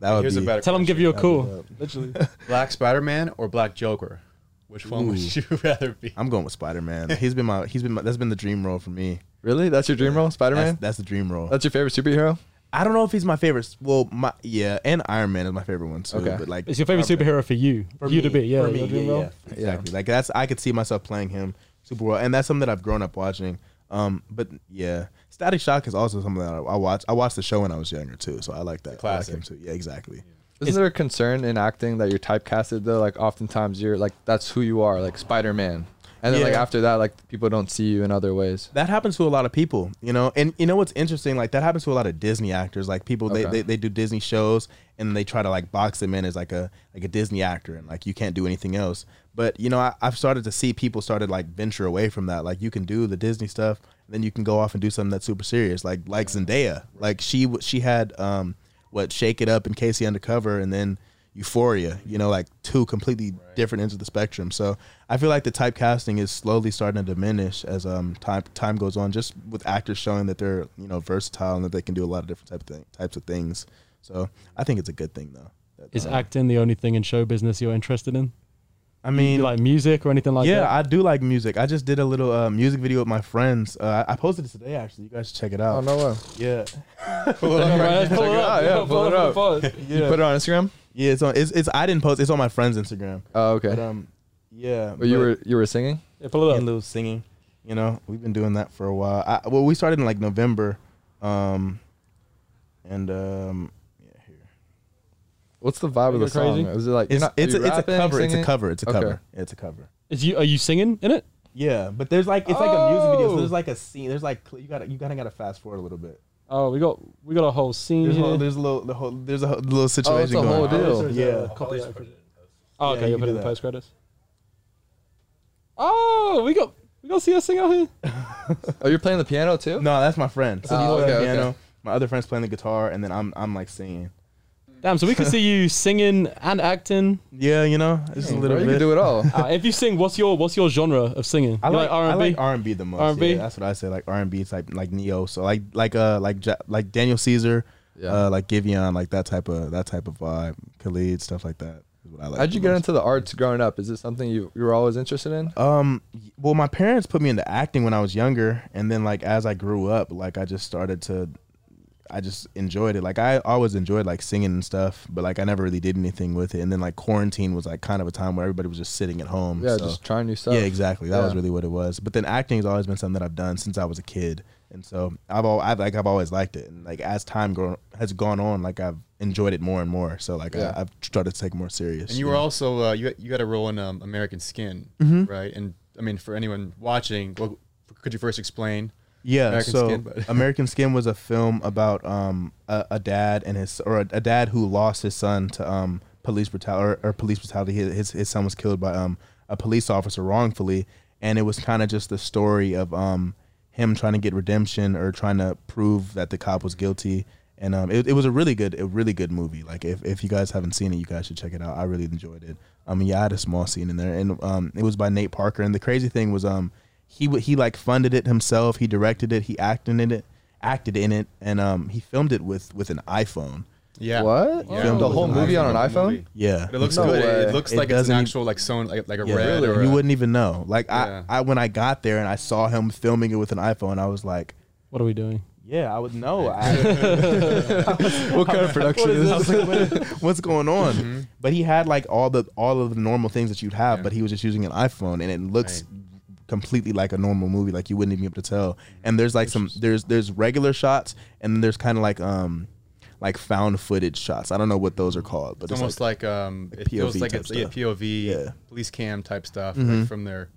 [SPEAKER 3] That would
[SPEAKER 9] Here's
[SPEAKER 3] be
[SPEAKER 9] a better
[SPEAKER 2] Tell them
[SPEAKER 9] question.
[SPEAKER 2] give you a call. Literally.
[SPEAKER 9] Black Spider Man or Black Joker. Which one would you rather be?
[SPEAKER 3] I'm going with Spider Man. He's been my he's been my, that's been the dream role for me.
[SPEAKER 1] Really? That's your dream role, Spider
[SPEAKER 3] That's,
[SPEAKER 1] Man?
[SPEAKER 3] that's the dream role.
[SPEAKER 1] That's your favorite superhero?
[SPEAKER 3] Uh, I don't know if he's my favorite. Well, my yeah, and Iron Man is my favorite one too.
[SPEAKER 1] Okay.
[SPEAKER 3] But like
[SPEAKER 2] It's your favorite superhero for you.
[SPEAKER 3] for
[SPEAKER 2] you
[SPEAKER 3] me-
[SPEAKER 2] to be, yeah.
[SPEAKER 3] for me,
[SPEAKER 2] your dream
[SPEAKER 3] yeah,
[SPEAKER 2] role?
[SPEAKER 3] yeah, exactly. Like that's I could see myself playing him super well, and that's something that I've grown up watching. Um, but yeah, Static Shock is also something that I, I watched. I watched the show when I was younger too, so I like that.
[SPEAKER 9] classic.
[SPEAKER 3] I like him too. Yeah, exactly.
[SPEAKER 1] Isn't there a concern in acting that you're typecasted though? Like oftentimes you're like that's who you are, like Spider Man. And then like
[SPEAKER 3] Yeah.
[SPEAKER 1] after that, like people don't see you in other ways.
[SPEAKER 3] that happens to a lot of people, you know. And you know what's interesting? Like that happens to a lot of Disney actors. Like people, they,
[SPEAKER 1] Okay.
[SPEAKER 3] they they do Disney shows and they try to like box them in as like a like a Disney actor, and like you can't do anything else. But you know, I, I've started to see people started like venture away from that. Like you can do the Disney stuff, and then you can go off and do something that's super serious, like like Zendaya. Like she w- she had um what Shake It Up and Casey Undercover, and then. You Euphoria, you know, like two completely different ends of the spectrum. So I feel like the typecasting is slowly starting to diminish as um time time goes on, just with actors showing that they're you know versatile and that they can do a lot of different type of thing, types of things. So I think it's a good thing though. That,
[SPEAKER 10] Is
[SPEAKER 3] um,
[SPEAKER 10] acting the only thing in show business you're interested in?
[SPEAKER 3] I mean,
[SPEAKER 10] You like music or anything like
[SPEAKER 3] yeah,
[SPEAKER 10] that?
[SPEAKER 3] I do like music. I just did a little uh, music video with my friends. Uh, I I posted it today actually. You guys should check it out.
[SPEAKER 1] Oh no way.
[SPEAKER 3] Yeah,
[SPEAKER 1] Check it out, yeah, pull it up. You put it on Instagram?
[SPEAKER 3] yeah. It's on. It's, it's I didn't post. It's on my friend's Instagram.
[SPEAKER 1] Oh, okay.
[SPEAKER 3] But um, yeah.
[SPEAKER 1] But you
[SPEAKER 3] but-
[SPEAKER 1] were you were singing?
[SPEAKER 10] Yeah, pull it
[SPEAKER 3] and
[SPEAKER 10] up.
[SPEAKER 3] little singing. You know, we've been doing that for a while. I, well, we started in like November, um, and um, yeah, here
[SPEAKER 1] What's the vibe of the
[SPEAKER 10] You're crazy?
[SPEAKER 1] song? Is it like
[SPEAKER 3] it's
[SPEAKER 1] not-
[SPEAKER 3] it's,
[SPEAKER 1] are you
[SPEAKER 3] a, it's a
[SPEAKER 1] rapping,
[SPEAKER 3] cover. It's a
[SPEAKER 1] singing?
[SPEAKER 3] cover. It's a
[SPEAKER 1] Okay.
[SPEAKER 3] cover. It's a cover.
[SPEAKER 10] Is you are you singing in it?
[SPEAKER 3] Yeah, but there's like it's like a music video. So
[SPEAKER 10] Oh.
[SPEAKER 3] there's like a scene. There's like cl- you got to you kind of got to fast forward a little bit.
[SPEAKER 10] Oh, we got we got a whole scene
[SPEAKER 3] There's a
[SPEAKER 10] here.
[SPEAKER 3] little there's a little the whole there's a whole- little
[SPEAKER 1] Oh,
[SPEAKER 3] situation
[SPEAKER 1] it's a whole uh,
[SPEAKER 3] going. on.
[SPEAKER 1] deal.
[SPEAKER 3] Yeah.
[SPEAKER 10] oh,
[SPEAKER 3] yeah,
[SPEAKER 10] okay,
[SPEAKER 3] you
[SPEAKER 10] you put
[SPEAKER 3] can do
[SPEAKER 10] in the
[SPEAKER 3] that.
[SPEAKER 10] post credits. Oh, we got we got to see us sing out here.
[SPEAKER 1] Oh, you're playing the piano too?
[SPEAKER 3] No, that's my friend. So
[SPEAKER 1] Oh,
[SPEAKER 3] he's playing
[SPEAKER 1] okay,
[SPEAKER 3] piano.
[SPEAKER 1] okay.
[SPEAKER 3] My other friend's playing the guitar, and then I'm I'm like singing.
[SPEAKER 10] Damn, so we can see you singing and acting.
[SPEAKER 3] Yeah, you know, it's a little
[SPEAKER 1] Bro, you
[SPEAKER 3] bit.
[SPEAKER 1] can do it all.
[SPEAKER 10] Uh, if you sing, what's your what's your genre of singing?
[SPEAKER 3] I
[SPEAKER 10] You
[SPEAKER 3] like,
[SPEAKER 10] R&B.
[SPEAKER 3] I like R and B the most.
[SPEAKER 10] R&B?
[SPEAKER 3] Yeah, that's what I say. Like R and B type, like neo. So like like uh like Ja- like Daniel Caesar,
[SPEAKER 1] Yeah.
[SPEAKER 3] uh, like Giveon, like that type of that type of vibe. Khalid stuff like that is what I like.
[SPEAKER 1] How'd you
[SPEAKER 3] the
[SPEAKER 1] get
[SPEAKER 3] most.
[SPEAKER 1] into the arts growing up? Is it something you, you were always interested in?
[SPEAKER 3] Um, y- well, my parents put me into acting when I was younger, and then like as I grew up, like I just started to, I just enjoyed it. Like I always enjoyed like singing and stuff, but like I never really did anything with it. And then like quarantine was like kind of a time where everybody was just sitting at home.
[SPEAKER 1] yeah,
[SPEAKER 3] so-
[SPEAKER 1] just trying new stuff.
[SPEAKER 3] Yeah, exactly. That was
[SPEAKER 1] Yeah.
[SPEAKER 3] really what it was. But then acting has always been something that I've done since I was a kid, and so I've all I've like I've always liked it. And like as time grow, has gone on, like I've enjoyed it more and more. So like
[SPEAKER 1] Yeah.
[SPEAKER 3] I, I've started to take it more serious.
[SPEAKER 9] And you were also uh, you you got a role in um, American Skin,
[SPEAKER 1] Mm-hmm.
[SPEAKER 9] right? And I mean, for anyone watching, well, could you first explain?
[SPEAKER 3] Yeah,
[SPEAKER 9] American
[SPEAKER 3] so
[SPEAKER 9] Skin, but-
[SPEAKER 3] American Skin was a film about um a, a dad and his or a, a dad who lost his son to um police brutality or, or police brutality. His, his his son was killed by um a police officer wrongfully, and it was kind of just the story of um him trying to get redemption or trying to prove that the cop was guilty. And um, it, it was a really good, a really good movie. Like if, if you guys haven't seen it, you guys should check it out. I really enjoyed it. I mean, yeah, I had a small scene in there, and um, it was by Nate Parker. And the crazy thing was, um, he w- he like funded it himself. He directed it. He acted in it, acted in it, and um, he filmed it with with an iPhone.
[SPEAKER 9] Yeah.
[SPEAKER 1] What? Oh.
[SPEAKER 9] Yeah.
[SPEAKER 1] Filmed the whole
[SPEAKER 3] With Oh, an
[SPEAKER 1] movie on an
[SPEAKER 9] iPhone.
[SPEAKER 1] iPhone?
[SPEAKER 9] Movie.
[SPEAKER 3] Yeah,
[SPEAKER 9] But it looks
[SPEAKER 1] No
[SPEAKER 9] good. It,
[SPEAKER 1] way.
[SPEAKER 9] it looks
[SPEAKER 3] It
[SPEAKER 9] like it's an
[SPEAKER 3] doesn't-
[SPEAKER 9] actual like sewn like like a
[SPEAKER 3] Yeah.
[SPEAKER 9] red or
[SPEAKER 3] you
[SPEAKER 9] a-
[SPEAKER 3] wouldn't even know. Like
[SPEAKER 9] Yeah.
[SPEAKER 3] I, I when I got there and I saw him filming it with an iPhone, I was like,
[SPEAKER 10] What are we doing?
[SPEAKER 3] yeah, I would know. I,
[SPEAKER 1] What kind of production is this?
[SPEAKER 3] what's going on?
[SPEAKER 9] Mm-hmm.
[SPEAKER 3] But he had like all the all of the normal things that you'd have, but he was just using an iPhone, and it looks completely like a normal movie, like you wouldn't even be able to tell.
[SPEAKER 9] Mm-hmm.
[SPEAKER 3] And there's like some there's there's regular shots, and then there's kind of like um like found footage shots. I don't know what those are called, but
[SPEAKER 9] Mm-hmm. It's almost like, um, it feels
[SPEAKER 3] POV
[SPEAKER 9] like
[SPEAKER 3] type
[SPEAKER 9] it's yeah,
[SPEAKER 3] stuff.
[SPEAKER 9] POV,
[SPEAKER 3] Yeah.
[SPEAKER 9] police cam type stuff
[SPEAKER 1] Mm-hmm.
[SPEAKER 9] like from their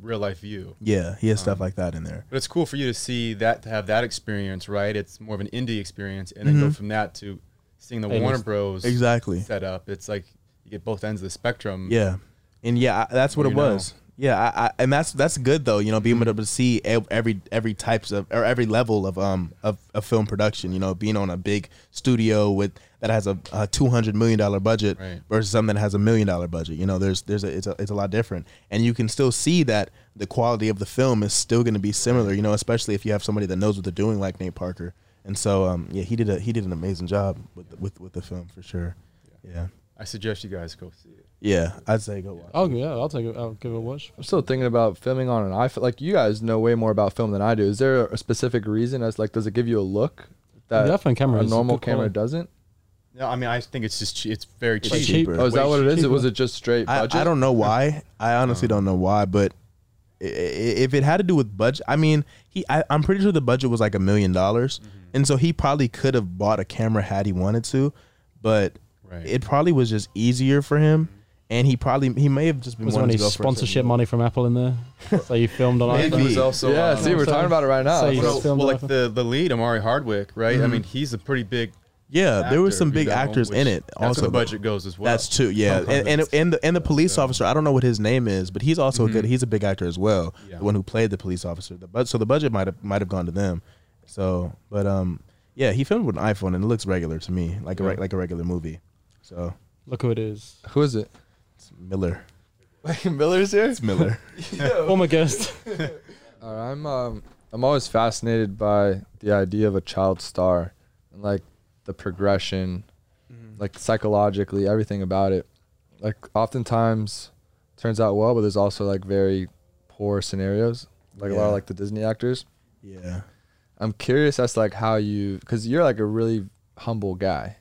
[SPEAKER 9] real life view.
[SPEAKER 3] yeah, he has
[SPEAKER 9] um,
[SPEAKER 3] stuff like that in there.
[SPEAKER 9] But it's cool for you to see that to have that experience, right? It's more of an indie experience, and
[SPEAKER 1] Mm-hmm.
[SPEAKER 9] then go from that to seeing the Warner Bros.
[SPEAKER 3] Exactly.
[SPEAKER 9] set up. It's like you get both ends of the spectrum.
[SPEAKER 3] Yeah, and yeah, I, that's what
[SPEAKER 9] Well,
[SPEAKER 3] it
[SPEAKER 9] you know.
[SPEAKER 3] was. Yeah, I, I, and that's that's good though. You know, being able to see e- every every types of or every level of um of, of film production. You know, being on a big studio with that has a, a two hundred million dollar budget
[SPEAKER 9] Right.
[SPEAKER 3] versus something that has a million dollar budget. You know, there's there's a, it's a, it's a lot different, and you can still see that the quality of the film is still going to be similar. You know, especially if you have somebody that knows what they're doing, like Nate Parker. And so, um, yeah, he did a he did an amazing job with the, with with the film for sure. Yeah,
[SPEAKER 9] I suggest you guys go see it.
[SPEAKER 3] yeah, I'd say go watch.
[SPEAKER 10] Oh yeah, I'll take it. I'll give it a watch.
[SPEAKER 1] I'm still thinking about filming on an iPhone. Like you guys know way more about film than I do. Is there a specific reason as like does it give you a look that
[SPEAKER 10] The iPhone camera
[SPEAKER 1] a
[SPEAKER 10] is a
[SPEAKER 1] normal
[SPEAKER 10] good
[SPEAKER 1] camera
[SPEAKER 10] quality.
[SPEAKER 1] doesn't?
[SPEAKER 9] No, I mean I think it's just che- it's very cheap.
[SPEAKER 3] It's
[SPEAKER 10] cheap.
[SPEAKER 3] cheaper.
[SPEAKER 1] Oh, is that
[SPEAKER 9] Way
[SPEAKER 1] what it is?
[SPEAKER 10] cheaper.
[SPEAKER 1] Was it just straight
[SPEAKER 3] I,
[SPEAKER 1] budget?
[SPEAKER 3] I don't know why. I
[SPEAKER 9] Oh.
[SPEAKER 3] honestly don't know why, but i- i- if it had to do with budget, I mean, he, I, I'm pretty sure the budget was like a million dollars,
[SPEAKER 9] Mm-hmm.
[SPEAKER 3] and so he probably could have bought a camera had he wanted to, but
[SPEAKER 9] Right. Mm-hmm.
[SPEAKER 3] it probably was just easier for him, and he probably he may have just been
[SPEAKER 10] Was there
[SPEAKER 3] wanting
[SPEAKER 10] any
[SPEAKER 3] to go for a certain
[SPEAKER 10] sponsorship
[SPEAKER 3] look.
[SPEAKER 10] money from Apple in there? so you filmed on
[SPEAKER 9] And he
[SPEAKER 10] iPhone.
[SPEAKER 9] was also
[SPEAKER 1] Yeah,
[SPEAKER 3] uh,
[SPEAKER 9] um,
[SPEAKER 1] see, we're talking about it right now.
[SPEAKER 10] So
[SPEAKER 1] That's
[SPEAKER 10] you
[SPEAKER 1] what I
[SPEAKER 9] well,
[SPEAKER 10] just
[SPEAKER 9] no,
[SPEAKER 10] filmed
[SPEAKER 1] was-
[SPEAKER 9] well,
[SPEAKER 10] on
[SPEAKER 9] like
[SPEAKER 10] iPhone.
[SPEAKER 9] the the lead Amari Hardwick, right? I mean he's a pretty big.
[SPEAKER 3] Yeah, there were
[SPEAKER 9] actor,
[SPEAKER 3] some
[SPEAKER 9] you
[SPEAKER 3] big
[SPEAKER 9] know,
[SPEAKER 3] actors
[SPEAKER 9] which-
[SPEAKER 3] in it.
[SPEAKER 9] that's where
[SPEAKER 3] Also,
[SPEAKER 9] the budget goes as well.
[SPEAKER 3] That's true. Yeah, and, and and the and the police officer. I don't know what his name is, but he's also a good. He's a big actor as well.
[SPEAKER 9] Yeah.
[SPEAKER 3] The one who played the police officer. The but so the budget might have might have gone to them. So, but um, yeah, he filmed with an iPhone and it looks regular to me, like a re- like a regular movie. So
[SPEAKER 2] Look who it is.
[SPEAKER 1] Who is it?
[SPEAKER 3] It's Miller.
[SPEAKER 1] Miller's here.
[SPEAKER 3] It's Miller.
[SPEAKER 2] Oh my guest.
[SPEAKER 1] All right, I'm um, I'm always fascinated by the idea of a child star and like the progression, like psychologically everything about it. Like oftentimes turns out well, but there's also like very poor scenarios. Like a lot
[SPEAKER 3] Yeah.
[SPEAKER 1] of like the Disney actors.
[SPEAKER 3] yeah.
[SPEAKER 1] I'm curious as to like how you because you're like a really humble guy,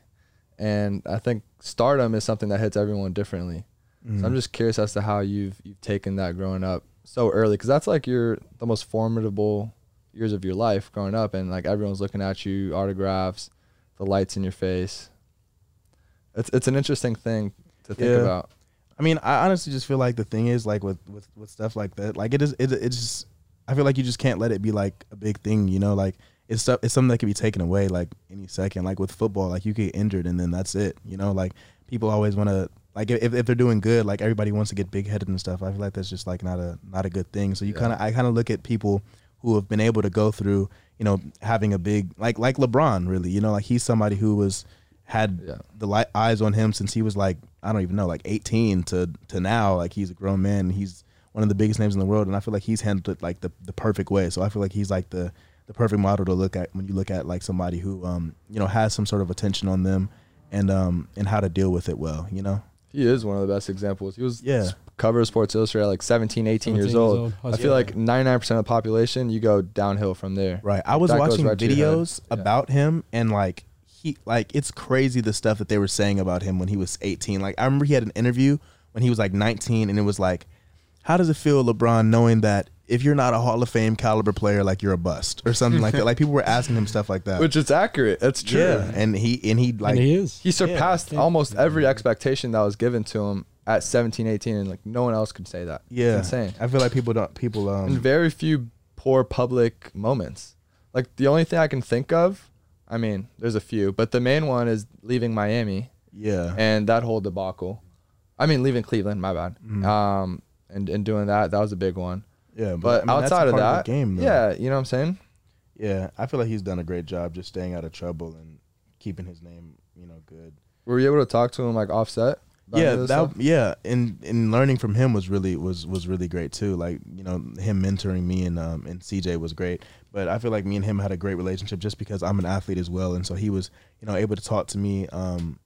[SPEAKER 1] and I think stardom is something that hits everyone differently. So I'm just curious as to how you've you've taken that growing up so early because that's like your the most formidable years of your life growing up, and like everyone's looking at you, autographs, the lights in your face. It's it's an interesting thing to think
[SPEAKER 3] Yeah.
[SPEAKER 1] about.
[SPEAKER 3] I mean, I honestly just feel like the thing is like with with with stuff like that, like it is it it's just I feel like you just can't let it be like a big thing, you know, like it's stuff it's something that can be taken away like any second. Like with football, like you get injured and then that's it, you know, like people always want to like if, if they're doing good, like everybody wants to get big headed and stuff. I feel like that's just like not a not a good thing. So you kind of I kind of look at people who have been able to go through, you know, having a big like like LeBron really, you know, like he's somebody who was had
[SPEAKER 1] Yeah.
[SPEAKER 3] the light eyes on him since he was like I don't even know like 18 to to now like he's a grown man and he's one of the biggest names in the world and I feel like he's handled it like the, the perfect way so I feel like he's like the the perfect model to look at when you look at like somebody who um you know has some sort of attention on them and um and how to deal with it well you know
[SPEAKER 1] He is one of the best examples. He was
[SPEAKER 3] Yeah.
[SPEAKER 1] s- cover of Sports Illustrated at like 17, 18 years
[SPEAKER 2] 17 years
[SPEAKER 1] old.
[SPEAKER 2] old.
[SPEAKER 1] I feel like 99% of the population, you go downhill from there.
[SPEAKER 3] Right. I was
[SPEAKER 1] That goes
[SPEAKER 3] watching
[SPEAKER 1] right to your head.
[SPEAKER 3] videos about him and like he like it's crazy the stuff that they were saying about him when he was 18. Like I remember he had an interview when he was like 19 and it was like how does it feel LeBron knowing that if you're not a Hall of Fame caliber player like you're a bust or something like that. Like people were asking him stuff like that.
[SPEAKER 1] Which is accurate. That's true.
[SPEAKER 3] yeah. And he and he like
[SPEAKER 2] and he is.
[SPEAKER 1] He surpassed almost every expectation that was given to him at 17, 18, and like no one else could say that. It's
[SPEAKER 3] yeah.
[SPEAKER 1] insane.
[SPEAKER 3] I feel like people don't people um
[SPEAKER 1] And very few poor public moments. Like the only thing I can think of, I mean, there's a few, but the main one is leaving Miami.
[SPEAKER 3] yeah.
[SPEAKER 1] and that whole debacle. I mean, leaving Cleveland, my bad. Um, and, and doing that, that was a big one.
[SPEAKER 3] yeah,
[SPEAKER 1] But
[SPEAKER 3] I mean, that's
[SPEAKER 1] outside of
[SPEAKER 3] part
[SPEAKER 1] that,
[SPEAKER 3] the game, though.
[SPEAKER 1] yeah, you know what I'm saying?
[SPEAKER 3] yeah, I feel like he's done a great job just staying out of trouble and keeping his name, you know, good.
[SPEAKER 1] Were you able to talk to him like offset? about any
[SPEAKER 3] yeah
[SPEAKER 1] of
[SPEAKER 3] that
[SPEAKER 1] this stuff?
[SPEAKER 3] yeah and and learning from him was really was was really great too like you know him mentoring me and um and cj was great but i feel like me and him had a great relationship just because i'm an athlete as well and so he was you know able to talk to me um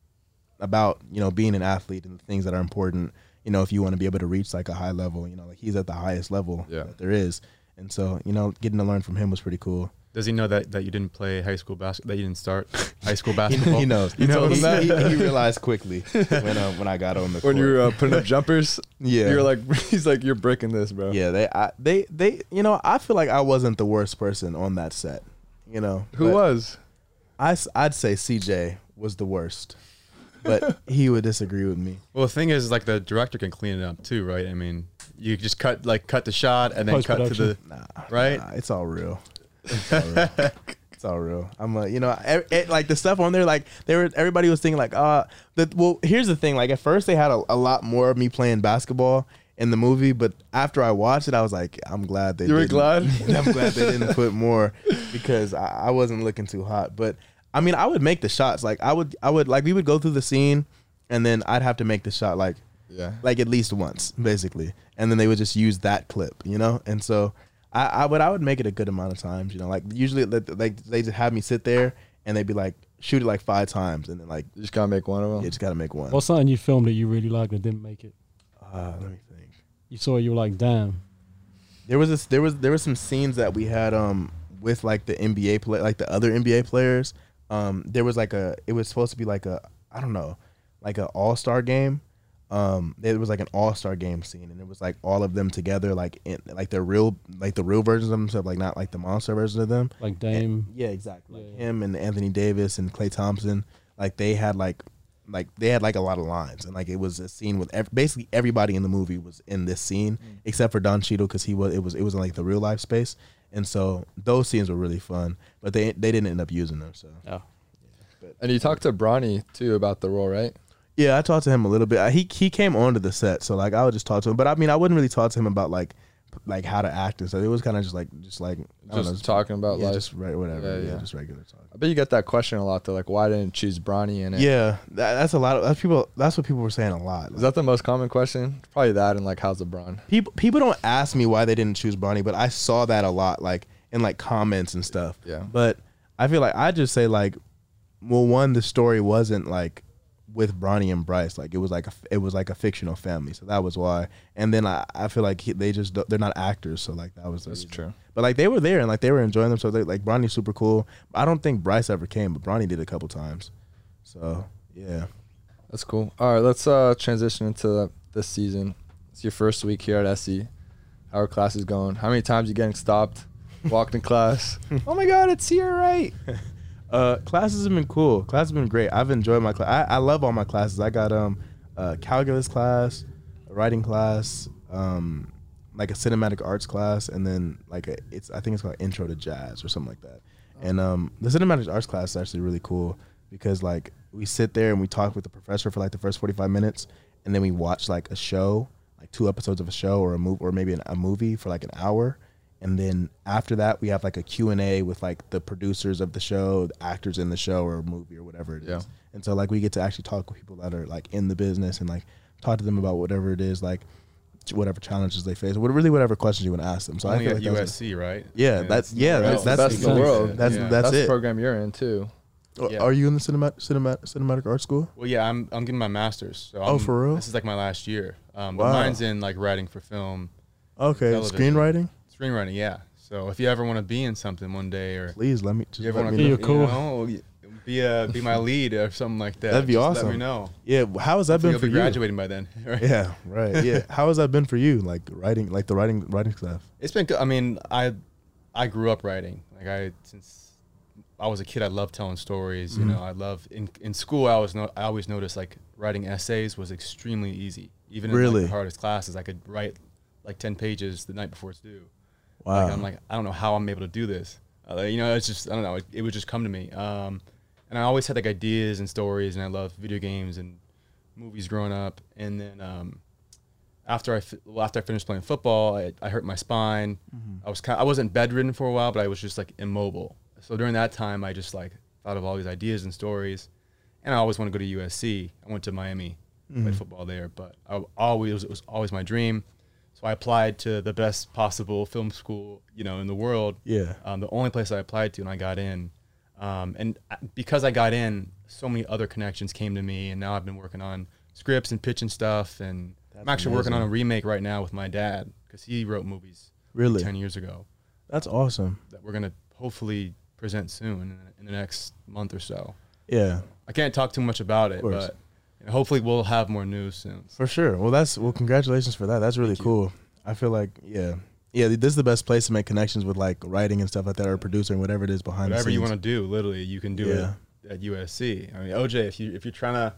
[SPEAKER 3] about you know being an athlete and the things that are important you know if you want to be able to reach like a high level you know like he's at the highest level
[SPEAKER 1] Yeah.
[SPEAKER 3] that there is and so you know getting to learn from him was pretty cool
[SPEAKER 9] Does he know that, that you didn't play high school basketball? That you didn't start high school
[SPEAKER 3] he,
[SPEAKER 9] basketball?
[SPEAKER 3] he knows
[SPEAKER 9] You know
[SPEAKER 3] he,
[SPEAKER 9] that?
[SPEAKER 3] he, he realized quickly when uh, when i got on the
[SPEAKER 1] When
[SPEAKER 3] court.
[SPEAKER 1] you were uh, putting up jumpers,
[SPEAKER 3] Yeah.
[SPEAKER 1] you're like, he's like, you're breaking this, bro.
[SPEAKER 3] Yeah, they, I, they, they. You know, I feel like I wasn't the worst person on that set. You know,
[SPEAKER 1] Who
[SPEAKER 3] but
[SPEAKER 1] was?
[SPEAKER 3] I, s- I'd say CJ was the worst, but he would disagree with me.
[SPEAKER 9] Well, the thing is, like the director can clean it up too, right? I mean, you just cut like cut the shot and then cut to the right.
[SPEAKER 3] Nah, it's all real. It's all real. It's all real. I'm a, you know, e- it, like the stuff on there, like they were, everybody was thinking like, uh, the, well, here's the thing. Like at first they had a, a lot more of me playing basketball in the movie, but after I watched it, I was like, I'm glad they
[SPEAKER 1] You were
[SPEAKER 3] didn't.
[SPEAKER 1] glad?
[SPEAKER 3] I'm glad they didn't put more because I, I wasn't looking too hot. But I mean, I would make the shots. Like I would, I would like, we would go through the scene and then I'd have to make the shot. Like,
[SPEAKER 1] Yeah.
[SPEAKER 3] like at least once, basically. And then they would just use that clip, you know. And so I, I would I would make it a good amount of times, you know. Like usually, like like, they just have me sit there and they'd be like shoot it like five times, and then like
[SPEAKER 1] You just gotta make one of them.
[SPEAKER 3] you just gotta make one.
[SPEAKER 2] What's something you filmed that you really liked that didn't make it?
[SPEAKER 3] Uh, let me think.
[SPEAKER 2] You saw it, you were like, damn.
[SPEAKER 3] There was this there was there was some scenes that we had um with like the NBA play like the other NBA players. Um, there was like a it was supposed to be like a I don't know like an all star game. Um, there was like an all star game scene, and it was like all of them together, like in like the real like the real versions of themselves, like not like the monster version of them.
[SPEAKER 2] Like
[SPEAKER 3] And-
[SPEAKER 2] Dame.
[SPEAKER 3] yeah, exactly. Like
[SPEAKER 2] Yeah, yeah.
[SPEAKER 3] him and Anthony Davis and Clay Thompson, like they had like like they had like a lot of lines, and like it was a scene with ev- basically everybody in the movie was in this scene
[SPEAKER 1] Mm.
[SPEAKER 3] except for Don Cheadle because he was it was it was in like the real life space, and so those scenes were really fun, but they they didn't end up using them. So
[SPEAKER 1] and you talked to Bronny too about the role, right?
[SPEAKER 3] yeah, I talked to him a little bit. I- He he came onto the set, so like I would just talk to him, but I mean I wouldn't really talk to him about like like how to act and stuff. It was kind of just like just like I don't
[SPEAKER 1] Just
[SPEAKER 3] know,
[SPEAKER 1] talking about
[SPEAKER 3] yeah,
[SPEAKER 1] life.
[SPEAKER 3] just right whatever,
[SPEAKER 1] Yeah,
[SPEAKER 3] yeah,
[SPEAKER 1] yeah.
[SPEAKER 3] just regular talk.
[SPEAKER 1] I bet you get that question a lot though. Like, why didn't you choose Bronny in it?
[SPEAKER 3] Yeah, that, that's a lot of that's people. That's what people were saying a lot.
[SPEAKER 1] Is that the most common question? Probably that and like, how's LeBron?
[SPEAKER 3] people people don't ask me why they didn't choose Bronny, but I saw that a lot, like in like comments and stuff.
[SPEAKER 1] Yeah.
[SPEAKER 3] But I feel like I just say like, well, one, the story wasn't like with Bronny and Bryce, like it was like a, it was like a fictional family, so that was why. And then I, I feel like he, they just don't- they're not actors, so like that was the
[SPEAKER 1] That's
[SPEAKER 3] reason.
[SPEAKER 1] true.
[SPEAKER 3] But like they were there and like they were enjoying themselves. They, like Bronny's super cool. I don't think Bryce ever came, but Bronny did a couple times. So yeah.
[SPEAKER 1] That's cool. All right, let's uh, transition into this season. It's your first week here at SC. How are classes going? How many times you getting stopped? Walked in class. oh my God, it's here, right?
[SPEAKER 3] Uh, classes have been cool. Classes have been great. I've enjoyed my class. I, I love all my classes. I got um, a calculus class, a writing class, um, like a cinematic arts class, and then like a, it's I think it's called Intro to Jazz or something like that.
[SPEAKER 1] Oh.
[SPEAKER 3] And um, the cinematic arts class is actually really cool because like we sit there and we talk with the professor for like the first forty five minutes, and then we watch like a show, like two episodes of a show or a movie or maybe an, a movie for like an hour and then after that we have like a q&a with like the producers of the show the actors in the show or movie or whatever it is
[SPEAKER 1] Yeah.
[SPEAKER 3] and so like we get to actually talk with people that are like in the business and like talk to them about whatever it is like ch- whatever challenges they face what really whatever questions you want to ask them so
[SPEAKER 9] Only
[SPEAKER 3] i feel
[SPEAKER 9] at
[SPEAKER 3] like that was-
[SPEAKER 9] USC, right?
[SPEAKER 3] yeah, that's yeah,
[SPEAKER 1] That's,
[SPEAKER 3] that's that's,
[SPEAKER 1] that's the
[SPEAKER 3] exactly-
[SPEAKER 1] world.
[SPEAKER 3] That's
[SPEAKER 9] Yeah.
[SPEAKER 3] that's,
[SPEAKER 1] That's the
[SPEAKER 3] it.
[SPEAKER 1] program you're in too.
[SPEAKER 9] yeah.
[SPEAKER 3] Are you in the cinema, cinema, cinematic arts school?
[SPEAKER 9] Well, yeah, I'm I'm getting my master's. So
[SPEAKER 3] Oh,
[SPEAKER 9] I'm-
[SPEAKER 3] for real?
[SPEAKER 9] This is like my last year. Um, but
[SPEAKER 3] Wow.
[SPEAKER 9] mine's in like writing for film,
[SPEAKER 3] Okay,
[SPEAKER 9] Television.
[SPEAKER 3] screenwriting.
[SPEAKER 9] screenwriting. Yeah. So if you ever want to be in something one day, or
[SPEAKER 3] Please let me just
[SPEAKER 9] you ever
[SPEAKER 3] let
[SPEAKER 9] want
[SPEAKER 3] me
[SPEAKER 9] to,
[SPEAKER 3] know.
[SPEAKER 9] you know, be a be my lead or something like that.
[SPEAKER 3] That'd be
[SPEAKER 9] just
[SPEAKER 3] awesome.
[SPEAKER 9] Let me know.
[SPEAKER 3] Yeah, how has that
[SPEAKER 9] You'll
[SPEAKER 3] been for
[SPEAKER 9] be
[SPEAKER 3] you?
[SPEAKER 9] graduating by then. Right?
[SPEAKER 3] Yeah, right. Yeah, how has that been for you? Like writing, like the writing, writing stuff.
[SPEAKER 9] It's been. good. I mean, I I grew up writing. Like I since I was a kid, I loved telling stories.
[SPEAKER 3] Mm-hmm.
[SPEAKER 9] You know, I love in in school. I always no, I always noticed like writing essays was extremely easy. Even in like,
[SPEAKER 3] Really?
[SPEAKER 9] the hardest classes, I could write like ten pages the night before it's due.
[SPEAKER 3] Wow.
[SPEAKER 9] Like, I'm like, I don't know how I'm able to do this. Uh, you know, it's just I don't know. It, it would just come to me. Um, and I always had like ideas and stories, and I loved video games and movies growing up. And then um, after I fi- well, after I finished playing football, I, I hurt my spine. I was kind I wasn't bedridden for a while, but I was just like immobile. So during that time, I just like thought of all these ideas and stories, and I always want to go to USC. I went to Miami, played football there, but I always it was always my dream. So I applied to the best possible film school, you know, in the world.
[SPEAKER 3] Yeah.
[SPEAKER 9] Um, the only place I applied to, and I got in. Um, and I- because I got in, so many other connections came to me, and now I've been working on scripts and pitching stuff. And I'm actually working on a remake right now with my dad because he wrote movies
[SPEAKER 3] Really?
[SPEAKER 9] ten years ago
[SPEAKER 3] That's awesome.
[SPEAKER 9] that we're gonna hopefully present soon in, in the next month or so.
[SPEAKER 3] Yeah,
[SPEAKER 9] I can't talk too much about it,
[SPEAKER 3] course.
[SPEAKER 9] but you know, hopefully we'll have more news soon.
[SPEAKER 3] for sure. Well, that's well. Congratulations for that. That's really cool. I feel like yeah, yeah. This is the best place to make connections with like writing and stuff like that, or producer and whatever it is behind.
[SPEAKER 9] whatever
[SPEAKER 3] the
[SPEAKER 9] you
[SPEAKER 3] scenes.
[SPEAKER 9] want to do, literally, you can do
[SPEAKER 3] Yeah.
[SPEAKER 9] it at USC. I mean, OJ, if you if you're trying to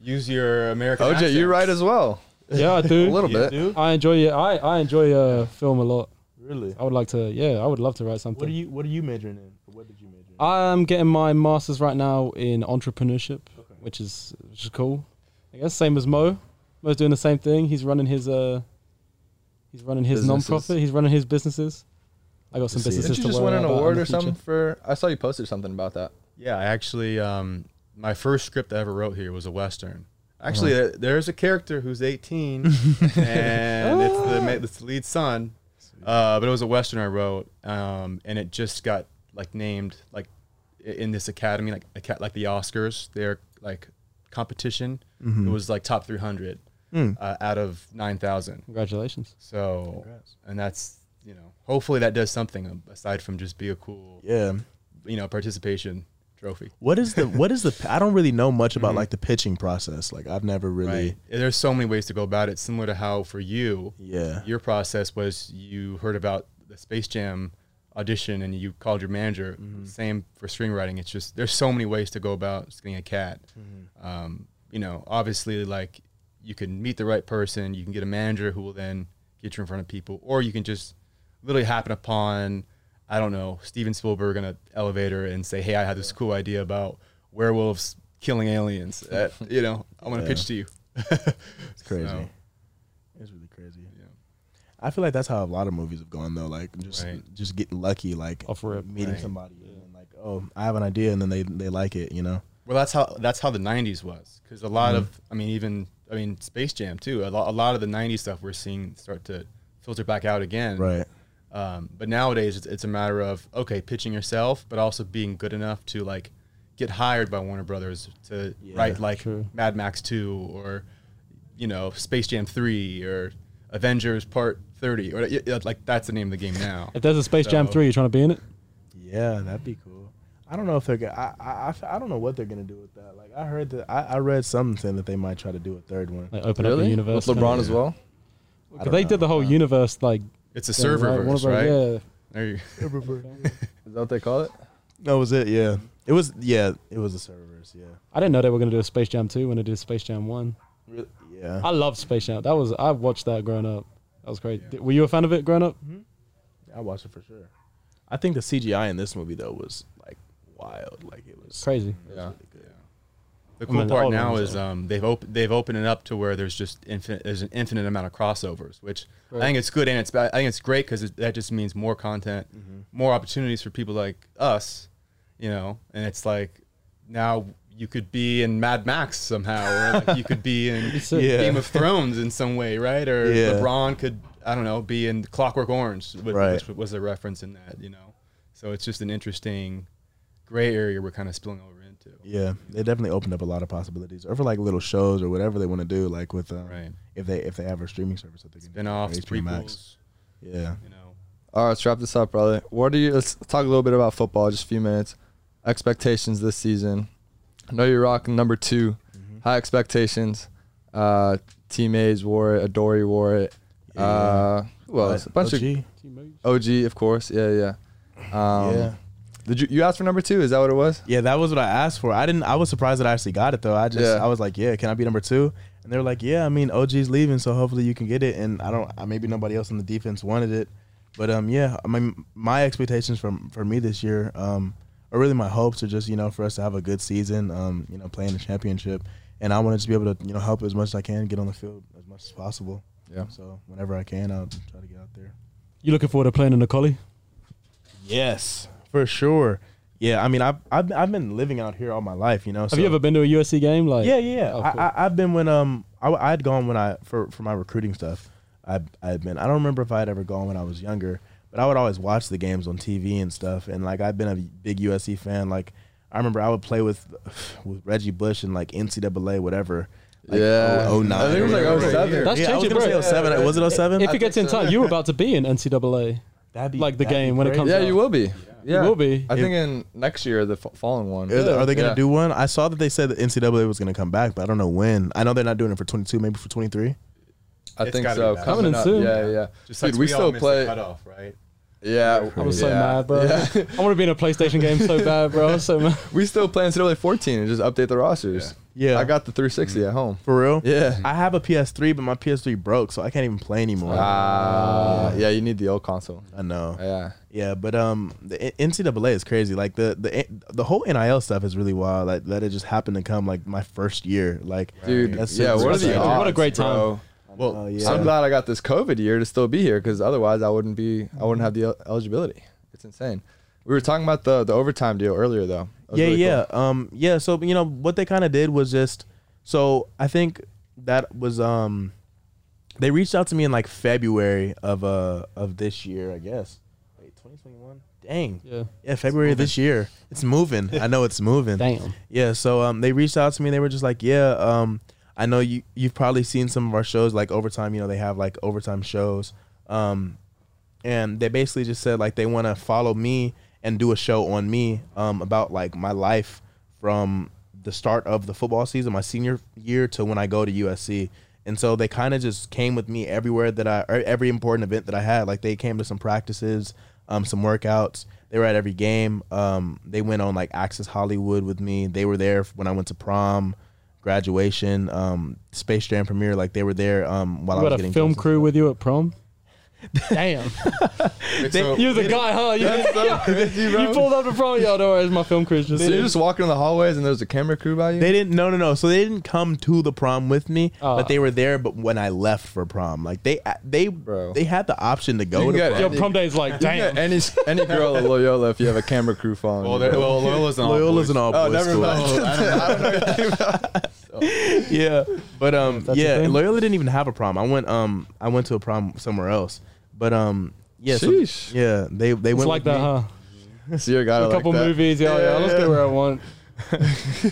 [SPEAKER 9] use your American,
[SPEAKER 1] OJ,
[SPEAKER 9] accent,
[SPEAKER 1] you write as well.
[SPEAKER 10] Yeah, I
[SPEAKER 1] A
[SPEAKER 10] do.
[SPEAKER 1] little bit.
[SPEAKER 10] I enjoy it. I, I enjoy uh, film a lot.
[SPEAKER 3] Really?
[SPEAKER 9] Oh.
[SPEAKER 10] I would like to. Yeah, I would love to write something.
[SPEAKER 3] What are you What are you majoring in? What did you major? in?
[SPEAKER 10] I'm getting my master's right now in entrepreneurship, which is which is cool. I guess same as Mo. Mo's doing the same thing. He's running his uh, he's running his
[SPEAKER 1] Businesses.
[SPEAKER 10] non-profit. He's running his businesses. I got some
[SPEAKER 3] see.
[SPEAKER 10] businesses
[SPEAKER 1] Didn't you
[SPEAKER 10] to
[SPEAKER 1] just
[SPEAKER 10] worry
[SPEAKER 1] win an
[SPEAKER 10] about in
[SPEAKER 1] award
[SPEAKER 10] the
[SPEAKER 1] or
[SPEAKER 10] future.
[SPEAKER 1] something for? I saw you posted something about that.
[SPEAKER 9] Yeah, I actually, um, my first script I ever wrote here was a western. Actually, there- there's a character who's 18, and it's the ma- it's the lead son. Uh, but it was a western I wrote, um, and it just got like named like i- in this academy, like aca- like the Oscars, their like competition. It was like top 300 uh, out of 9,000.
[SPEAKER 10] Congratulations.
[SPEAKER 9] So, and that's you know, hopefully that does something um, aside from just be a cool
[SPEAKER 3] Yeah.
[SPEAKER 9] you know participation trophy.
[SPEAKER 3] What is the What is the I don't really know much about like the pitching process. Like I've never really.
[SPEAKER 9] Mm-hmm. Right. There's so many ways to go about it. Similar to how for you,
[SPEAKER 3] Yeah.
[SPEAKER 9] your process was you heard about the Space Jam audition and you called your manager.
[SPEAKER 3] Mm-hmm.
[SPEAKER 9] Same for screenwriting. It's just there's so many ways to go about getting a cat.
[SPEAKER 3] Mm-hmm.
[SPEAKER 9] Um, you know, obviously, like you can meet the right person. You can get a manager who will then get you in front of people, or you can just literally happen upon I don't know Steven Spielberg in an elevator and say, "Hey, I had this cool idea about werewolves killing aliens. That, you know, I want to pitch to you."
[SPEAKER 3] It's crazy.
[SPEAKER 9] So-
[SPEAKER 3] It's really crazy. Yeah. I feel like that's how a lot of movies have gone though. Like just
[SPEAKER 9] Right.
[SPEAKER 3] just getting lucky, like
[SPEAKER 10] Off rip.
[SPEAKER 3] meeting
[SPEAKER 9] Right.
[SPEAKER 3] somebody and like, oh, I have an idea, and then they they like it, you know.
[SPEAKER 9] Well, that's how that's how the '90s was because a lot
[SPEAKER 10] Mm-hmm.
[SPEAKER 9] of I mean even I mean Space Jam too. A, lo- a lot of the '90s stuff we're seeing start to filter back out again.
[SPEAKER 3] Right.
[SPEAKER 9] Um, but nowadays it's, it's a matter of okay pitching yourself, but also being good enough to like get hired by Warner Brothers to write like
[SPEAKER 10] true.
[SPEAKER 9] Mad Max Two or you know Space Jam Three or Avengers Part Thirty or y- y- like that's the name of the game now.
[SPEAKER 10] If there's a Space Jam
[SPEAKER 9] So-
[SPEAKER 10] three, you trying to be in it?
[SPEAKER 3] Yeah, that'd be cool. I don't know if they're gonna. I, I- I f- I don't know what they're gonna do with that. Like I heard that I, I read something saying that they might try to do a third one.
[SPEAKER 10] Like open up the universe.
[SPEAKER 1] with
[SPEAKER 10] kinda?
[SPEAKER 1] LeBron as well.
[SPEAKER 10] But they did the
[SPEAKER 1] Uh,
[SPEAKER 10] whole universe like
[SPEAKER 9] It's a
[SPEAKER 10] thing,
[SPEAKER 9] server
[SPEAKER 10] right? One
[SPEAKER 9] verse,
[SPEAKER 10] of our-
[SPEAKER 9] right?
[SPEAKER 10] Yeah.
[SPEAKER 9] There you
[SPEAKER 1] Is that what they call it?
[SPEAKER 3] That was it. Yeah, it was. Yeah, it was a serververse. Yeah,
[SPEAKER 10] I didn't know they were gonna do a Space Jam two when they did Space Jam one.
[SPEAKER 3] yeah.
[SPEAKER 10] I loved Space Jam. That was I watched that growing up. That was great. Were you a fan of it growing up?
[SPEAKER 3] I watched it for sure. I think the CGI in this movie though was like wild. Like it was
[SPEAKER 10] Crazy.
[SPEAKER 9] Yeah.
[SPEAKER 3] really good.
[SPEAKER 9] The
[SPEAKER 10] mean,
[SPEAKER 9] cool
[SPEAKER 10] all
[SPEAKER 9] part
[SPEAKER 10] of
[SPEAKER 9] now
[SPEAKER 10] them,
[SPEAKER 9] is
[SPEAKER 10] so.
[SPEAKER 9] um, they've opened they've opened it up to where there's just infinite there's an infinite amount of crossovers, which I think it's good and it's bad. I think it's great because it, that just means more content, more opportunities for people like us, you know. And it's like now you could be in Mad Max somehow, or like you could be in
[SPEAKER 10] it.
[SPEAKER 3] Yeah.
[SPEAKER 9] Game of Thrones in some way, right? Or
[SPEAKER 3] Yeah.
[SPEAKER 9] LeBron could I don't know be in Clockwork Orange, which,
[SPEAKER 3] Right.
[SPEAKER 9] which was a reference in that, you know. So it's just an interesting gray area we're kind of spilling over into.
[SPEAKER 3] Yeah, they definitely opened up a lot of possibilities, or for like little shows or whatever they want to do, like with um,
[SPEAKER 9] Right.
[SPEAKER 3] if they if they have a streaming service that they can do,
[SPEAKER 9] Spin offs,
[SPEAKER 3] like HBO
[SPEAKER 9] prequels.
[SPEAKER 3] Max. Yeah,
[SPEAKER 9] you know.
[SPEAKER 1] All right, let's wrap this up, brother. What do you? Let's talk a little bit about football, just a few minutes. Expectations this season. I know you're rocking number 2 High expectations. Uh, teammates wore it. Adori wore it. Uh, who else?
[SPEAKER 3] But
[SPEAKER 1] A bunch of
[SPEAKER 3] OG,
[SPEAKER 1] OG, of course. Yeah, yeah. Um,
[SPEAKER 3] yeah,
[SPEAKER 1] Did you you asked for number two? Is that what it was?
[SPEAKER 3] yeah. That was what I asked for. I didn't. I was surprised that I actually got it though. I just
[SPEAKER 1] Yeah.
[SPEAKER 3] I was like, yeah, can I be number two? And they were like, yeah. I mean, OG's leaving, so hopefully you can get it. And I don't. I, maybe nobody else on the defense wanted it, but um, yeah. I mean, my expectations from for me this year, um, or really my hopes are just you know for us to have a good season, um, you know, playing the championship. And I want to just be able to, you know, help as much as I can, get on the field as much as possible.
[SPEAKER 1] Yeah.
[SPEAKER 3] So whenever I can, I'll try to get out there.
[SPEAKER 10] You looking forward to playing in the collie?
[SPEAKER 3] Yes, for sure. Yeah, I mean, I've I've, I've been living out here all my life, you know.
[SPEAKER 10] Have you ever been to a USC game? Like
[SPEAKER 3] Yeah, yeah. yeah.
[SPEAKER 10] Oh, cool.
[SPEAKER 3] I, I, I've been when um I I had gone when I for for my recruiting stuff. I I had been. I don't remember if I had ever gone when I was younger, but I would always watch the games on TV and stuff. And like I've been a big USC fan. Like I remember I would play with with Reggie Bush and like NCAA whatever. Like,
[SPEAKER 1] Yeah.
[SPEAKER 3] oh nine.
[SPEAKER 1] I think it was like
[SPEAKER 3] or whatever.
[SPEAKER 1] 07.
[SPEAKER 10] That's
[SPEAKER 3] yeah, I was
[SPEAKER 10] changing,
[SPEAKER 3] gonna
[SPEAKER 10] bro.
[SPEAKER 3] say 07. Was it oh, 07?
[SPEAKER 10] if it gets in time, you were about to be in NCAA.
[SPEAKER 3] That'd be-
[SPEAKER 10] like the
[SPEAKER 3] that'd be
[SPEAKER 10] game when it
[SPEAKER 3] crazy.
[SPEAKER 10] comes
[SPEAKER 1] Yeah,
[SPEAKER 10] out.
[SPEAKER 1] you will be. Yeah,
[SPEAKER 10] will be.
[SPEAKER 1] I think in next year, the f- following one.
[SPEAKER 3] Are they, are they gonna
[SPEAKER 1] Yeah.
[SPEAKER 3] do one? I saw that they said that NCAA was gonna come back, but I don't know when. I know they're not doing it for 22, maybe for 23.
[SPEAKER 1] I
[SPEAKER 9] It's
[SPEAKER 1] think
[SPEAKER 9] gotta
[SPEAKER 1] so.
[SPEAKER 9] be that.
[SPEAKER 1] Coming
[SPEAKER 10] Coming
[SPEAKER 1] up.
[SPEAKER 10] soon.
[SPEAKER 1] Yeah, yeah.
[SPEAKER 9] Just
[SPEAKER 1] Dude,
[SPEAKER 9] like
[SPEAKER 1] we
[SPEAKER 9] all
[SPEAKER 1] still
[SPEAKER 9] missed
[SPEAKER 1] play.
[SPEAKER 9] The cutoff, right?
[SPEAKER 1] Yeah,
[SPEAKER 10] I was so
[SPEAKER 1] yeah.
[SPEAKER 10] mad, bro.
[SPEAKER 1] Yeah.
[SPEAKER 10] I want to be in a PlayStation game so bad, bro. I was so mad.
[SPEAKER 1] We still play NCAA 14 and just update the rosters.
[SPEAKER 3] Yeah. Yeah.
[SPEAKER 1] I got the 360 at home.
[SPEAKER 3] For real?
[SPEAKER 1] Yeah.
[SPEAKER 3] I have a PS3, but my PS3 broke, so I can't even play anymore.
[SPEAKER 1] Ah, yeah, you need the old console.
[SPEAKER 3] I know.
[SPEAKER 1] Yeah.
[SPEAKER 3] Yeah, but um, the N- NCAA is crazy. Like the the the whole NIL stuff is really wild. Like that it just happened to come like my first year. Like
[SPEAKER 1] Dude,
[SPEAKER 3] that's
[SPEAKER 1] yeah,
[SPEAKER 3] super
[SPEAKER 1] what are the
[SPEAKER 3] exciting.
[SPEAKER 1] odds,
[SPEAKER 10] What a great time.
[SPEAKER 1] bro?
[SPEAKER 9] Well,
[SPEAKER 3] Oh,
[SPEAKER 1] So I'm glad I got this COVID year to still be here because otherwise I wouldn't be I wouldn't have the el- eligibility. It's insane. We were talking about the the overtime deal earlier though. That was
[SPEAKER 3] yeah,
[SPEAKER 1] really cool.
[SPEAKER 3] yeah, um, yeah. So you know what they kind of did was just so I think that was um, they reached out to me in like February of uh of this year, I guess. Wait, 2021. Dang.
[SPEAKER 10] Yeah.
[SPEAKER 3] Yeah, February of this year. It's moving. I know it's moving.
[SPEAKER 10] Damn.
[SPEAKER 3] Yeah, so um, they reached out to me. They were just like, "Yeah, um, I know you. You've probably seen some of our shows, like overtime. You know, they have like overtime shows. Um, and they basically just said like they want to follow me and do a show on me um, about like my life from the start of the football season, my senior year, to when I go to USC. And so they kind of just came with me everywhere that I, or every important event that I had. Like they came to some practices, um, some workouts. They were at every game. Um, they went on like Access Hollywood with me. They were there when I went to prom, graduation, um, Space Jam premiere. Like they were there um, while
[SPEAKER 10] You
[SPEAKER 3] I was
[SPEAKER 10] got a
[SPEAKER 3] getting
[SPEAKER 10] film
[SPEAKER 3] dressed and
[SPEAKER 10] crew
[SPEAKER 3] stuff.
[SPEAKER 10] with you at prom?
[SPEAKER 2] Damn.
[SPEAKER 9] So-
[SPEAKER 2] You're the guy, huh?
[SPEAKER 1] That's
[SPEAKER 2] You,
[SPEAKER 1] so crazy, bro.
[SPEAKER 2] you pulled up in front of y'all. Don't worry, it's my film crew. Just
[SPEAKER 1] So you're just walking in the hallways and there's a camera crew by you?
[SPEAKER 3] They didn't. No, no, no. So they didn't come to the prom with me,
[SPEAKER 2] Oh.
[SPEAKER 1] Ah.
[SPEAKER 3] but they were there. But when I left for prom, like they they
[SPEAKER 1] Bro.
[SPEAKER 3] they had the option to
[SPEAKER 1] You
[SPEAKER 3] go
[SPEAKER 1] can
[SPEAKER 3] to
[SPEAKER 1] get-
[SPEAKER 3] prom.
[SPEAKER 2] Yo, prom day's like,
[SPEAKER 1] You can
[SPEAKER 2] damn.
[SPEAKER 1] get any any girl at Loyola if you have a camera crew following.
[SPEAKER 9] well,
[SPEAKER 1] you,
[SPEAKER 9] there,
[SPEAKER 1] bro.
[SPEAKER 9] well, Loyola's an all
[SPEAKER 3] Loyola's an all
[SPEAKER 9] boys.
[SPEAKER 1] Oh,
[SPEAKER 3] boys
[SPEAKER 1] never
[SPEAKER 3] school.
[SPEAKER 1] mind.
[SPEAKER 3] yeah, but um,
[SPEAKER 2] That's a
[SPEAKER 3] yeah,
[SPEAKER 2] thing.
[SPEAKER 3] Loyola didn't even have a prom. I went um, I went to a prom somewhere else. But um, yeah, so-
[SPEAKER 1] Sheesh.
[SPEAKER 3] yeah, they they
[SPEAKER 2] It's
[SPEAKER 3] went
[SPEAKER 2] like
[SPEAKER 3] with
[SPEAKER 2] that,
[SPEAKER 3] me.
[SPEAKER 2] huh?
[SPEAKER 1] See, you got
[SPEAKER 2] A couple
[SPEAKER 1] like that.
[SPEAKER 2] movies. Yeah, yeah, Let's get where I want.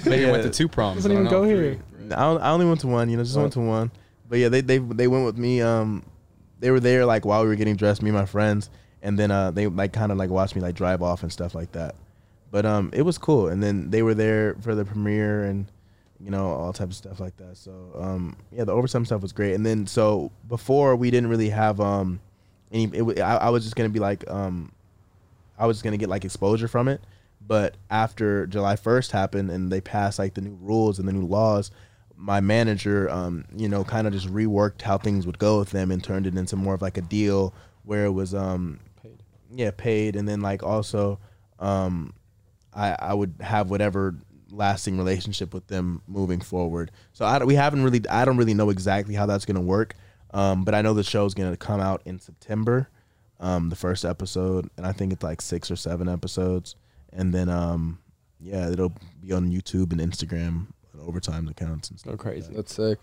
[SPEAKER 9] Maybe
[SPEAKER 3] Yeah.
[SPEAKER 9] went to two proms.
[SPEAKER 2] Doesn't
[SPEAKER 9] I don't
[SPEAKER 2] even go
[SPEAKER 9] know,
[SPEAKER 2] here.
[SPEAKER 9] three.
[SPEAKER 3] I, on- I only went to one, you know, just went to one. But yeah, they they they went with me. Um, they were there like while we were getting dressed, me and my friends, and then uh, they like kind of like watched me like drive off and stuff like that. But um, it was cool. And then they were there for the premiere and you know all types of stuff like that. So um, yeah, the overtime stuff was great. And then so before we didn't really have um any. It, wa- I, I was just gonna be like um I was gonna get like exposure from it. But after July first happened and they passed like the new rules and the new laws, my manager, um, you know, kind of just reworked how things would go with them and turned it into more of like a deal where it was, um, yeah, paid, and then like also, um, I I would have whatever lasting relationship with them moving forward. So I don't- we haven't really I don't really know exactly how that's gonna work, um, but I know the show's gonna come out in September, um, the first episode, and I think it's like six or seven episodes, and then um, yeah, it'll be on YouTube and Instagram and overtime accounts and stuff.
[SPEAKER 10] Go crazy.
[SPEAKER 1] That's sick.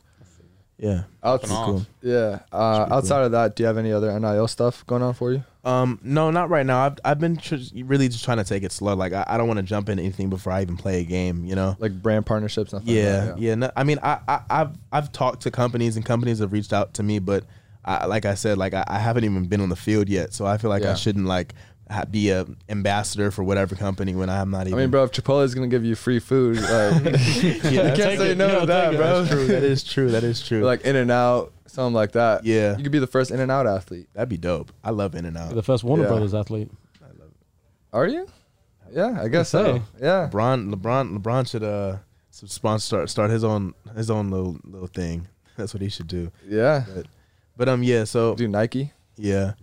[SPEAKER 3] Yeah,
[SPEAKER 1] Outs-
[SPEAKER 3] It's cool.
[SPEAKER 1] Yeah. Uh, outside of that, do you have any other NIL stuff going on for you?
[SPEAKER 3] Um, no, not right now. I've I've been tr- really just trying to take it slow. Like I, I don't want to jump into anything before I even play a game. You know.
[SPEAKER 1] Like brand partnerships, nothing.
[SPEAKER 3] yeah,
[SPEAKER 1] Like that,
[SPEAKER 3] yeah. No, I mean, I, I, I've I've talked to companies and companies have reached out to me, but I, like I said, like I, I haven't even been on the field yet, so I feel like I
[SPEAKER 1] Yeah.
[SPEAKER 3] shouldn't like ha- be a ambassador for whatever company when I'm not even.
[SPEAKER 1] I mean, bro, if Chipotle is gonna give you free food, like, you can't
[SPEAKER 2] take
[SPEAKER 1] say
[SPEAKER 2] it.
[SPEAKER 1] no
[SPEAKER 2] Yeah,
[SPEAKER 1] to that,
[SPEAKER 2] take it.
[SPEAKER 1] bro.
[SPEAKER 3] That's true. That is true. That is true.
[SPEAKER 1] Like In and Out, something like that.
[SPEAKER 3] Yeah.
[SPEAKER 1] You could be the first In and Out athlete.
[SPEAKER 3] that'd be dope. I love In and Out.
[SPEAKER 2] The first Warner
[SPEAKER 1] Yeah.
[SPEAKER 2] Brothers athlete.
[SPEAKER 1] Are you? Yeah, I guess
[SPEAKER 2] so.
[SPEAKER 1] so. Yeah.
[SPEAKER 3] LeBron, LeBron, LeBron should uh s- sponsor start start his own his own little little thing. That's what he should do.
[SPEAKER 1] Yeah.
[SPEAKER 3] But um, yeah. So
[SPEAKER 1] Do Nike.
[SPEAKER 3] Yeah.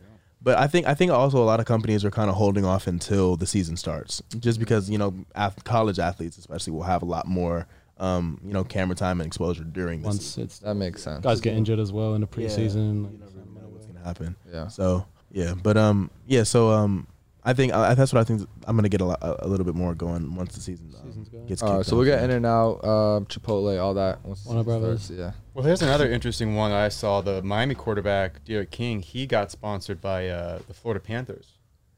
[SPEAKER 3] But I think I think also a lot of companies are kind of holding off until the season starts, just because you know ath- college athletes especially will have a lot more um, you know camera time and exposure during the
[SPEAKER 2] Once
[SPEAKER 3] season.
[SPEAKER 2] it's
[SPEAKER 1] That makes sense.
[SPEAKER 2] guys get injured as well in the preseason.
[SPEAKER 3] You never really know what's gonna happen.
[SPEAKER 1] Yeah.
[SPEAKER 3] So yeah, but um yeah, so um I think I, that's what I think I'm gonna get a, lot, a, a little bit more going once the season um, gets.
[SPEAKER 1] Uh,
[SPEAKER 3] kicked
[SPEAKER 1] so we'll
[SPEAKER 3] off.
[SPEAKER 1] get In and Out, um, Chipotle, all that. Once the season
[SPEAKER 2] Warner Brothers.
[SPEAKER 1] starts, Yeah.
[SPEAKER 9] Well, here's another interesting one that I saw. The Miami quarterback Derek King, he got sponsored by uh, the Florida Panthers.